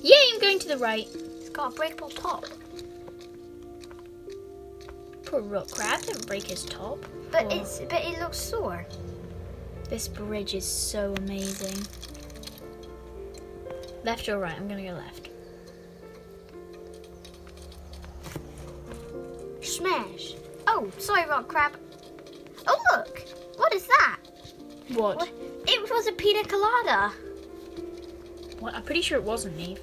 Yay, I'm going to the right. It's got a breakable top. Poor rock crab didn't break his top. But Oh. it's but it looks sore. This bridge is so amazing. Left or right? I'm gonna go left. Smash. Oh, sorry, rock crab. Oh look! What is that? What? What? It was a pina colada. What? I'm pretty sure it wasn't Neve.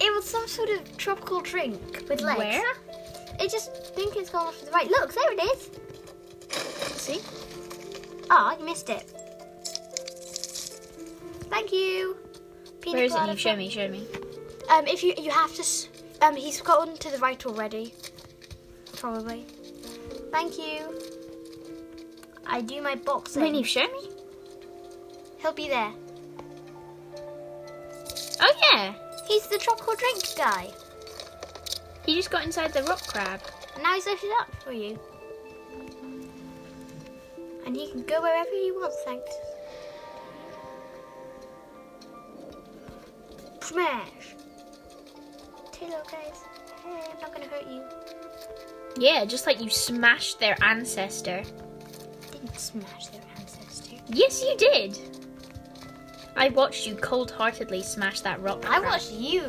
It was some sort of tropical drink with legs. Where? It just think it's gone off to the right. Look, there it is. See? Ah, you missed it. Thank you. Pina Where is it, colada Neve? Show from- me, show me. Um, if you you have to, s- um, he's gotten to the right already. Probably. Thank you. I do my boxing. Wait, Neve, show me. He'll be there. Oh, yeah. He's the tropical drink guy. He just got inside the rock crab. And now he's opened it up for you. And he can go wherever he wants, thanks. Smash! Taylor, guys. Hey, I'm not gonna hurt you. Yeah, just like you smashed their ancestor. Didn't smash their ancestor. Yes, you did. I watched you cold heartedly smash that rock. I crab. watched you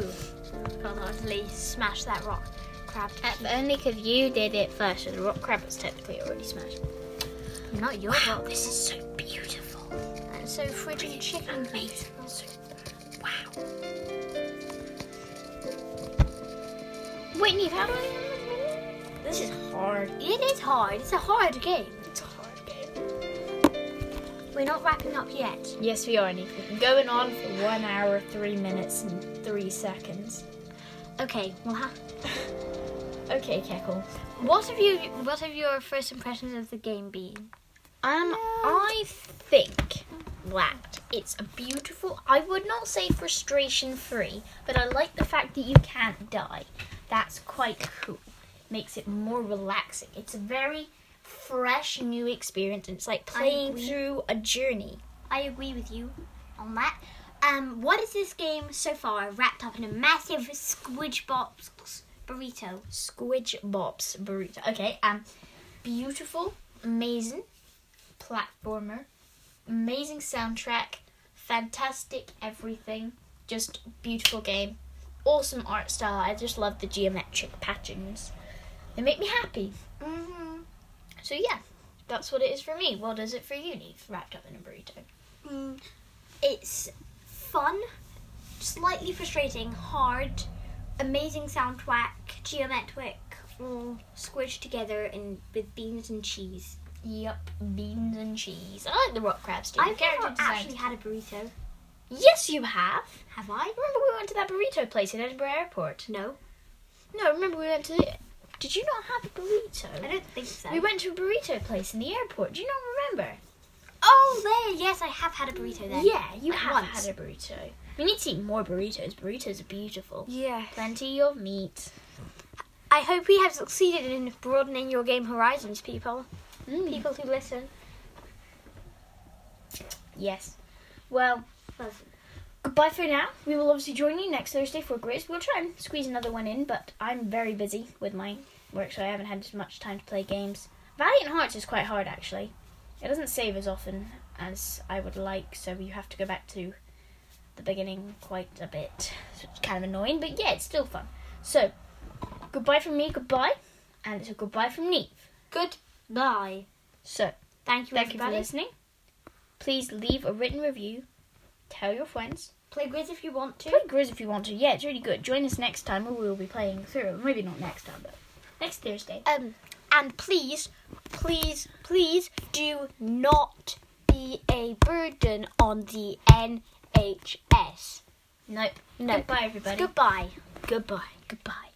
wholeheartedly smash that rock crab. to If only because you did it first, so the rock crab was technically already smashed. pieces. Not your Wow, rock. this is so beautiful. And so friggin' chicken meat. Amazing. So, wow. Wait, Neve, how do I. This is hard. It is hard. It's a hard game. It's a hard game. We're not wrapping up yet. Yes, we are, Neve. We've been going on for one hour, three minutes, and three seconds. Okay, we'll have. Okay, Keckle. What have you? What have your first impressions of the game been? Um, I think that it's a beautiful. I would not say frustration free, but I like the fact that you can't die. That's quite cool. Makes it more relaxing. It's a very fresh, new experience, and it's like playing agree. through a journey. I agree with you on that. Um, what is this game so far wrapped up in a massive squidge box burrito? Squidge Bops Burrito. Okay, um, beautiful, amazing platformer, amazing soundtrack, fantastic everything, just beautiful game, awesome art style. I just love the geometric patterns. They make me happy. Mm-hmm. So yeah, that's what it is for me. What is it for you, Neve? Wrapped up in a burrito. Mm, it's fun, slightly frustrating, hard, amazing soundtrack, geometric, all squished together and with beans and cheese. Yup, beans and cheese. I like the rock crabs too. The I've never designs- actually had a burrito, Yes, you have. have I? Remember we went to that burrito place at Edinburgh Airport. No, No, remember we went to the. Did you not have a I burrito? don't think so. We went to a burrito place in the airport. Do you not remember? Oh, there. Yes, I have had a burrito there. Yeah, you Like have once. had a burrito. We need to eat more burritos. Burritos are beautiful. Yeah. Plenty of meat. I hope we have succeeded in broadening your game horizons, people. Mm. People who listen. Yes. Well, goodbye for now. We will obviously join you next Thursday for Grizz. We'll try and squeeze another one in, but I'm very busy with my work, so I haven't had as much time to play games. Valiant Hearts is quite hard actually. It doesn't save as often as I would like, so you have to go back to the beginning quite a bit. So it's kind of annoying, but yeah, it's still fun. So, goodbye from me, goodbye, and it's a goodbye from Neve. Goodbye. So, Thank you, thank you for everybody. listening. Please leave a written review. Tell your friends. Play Grizz if you want to. Play Grizz if you want to. Yeah, it's really good. Join us next time where we'll be playing through. Maybe not next time, but next Thursday. Um, and please, please, please do not be a burden on the NHS. Nope. No. Goodbye, everybody. Goodbye. Goodbye. Goodbye.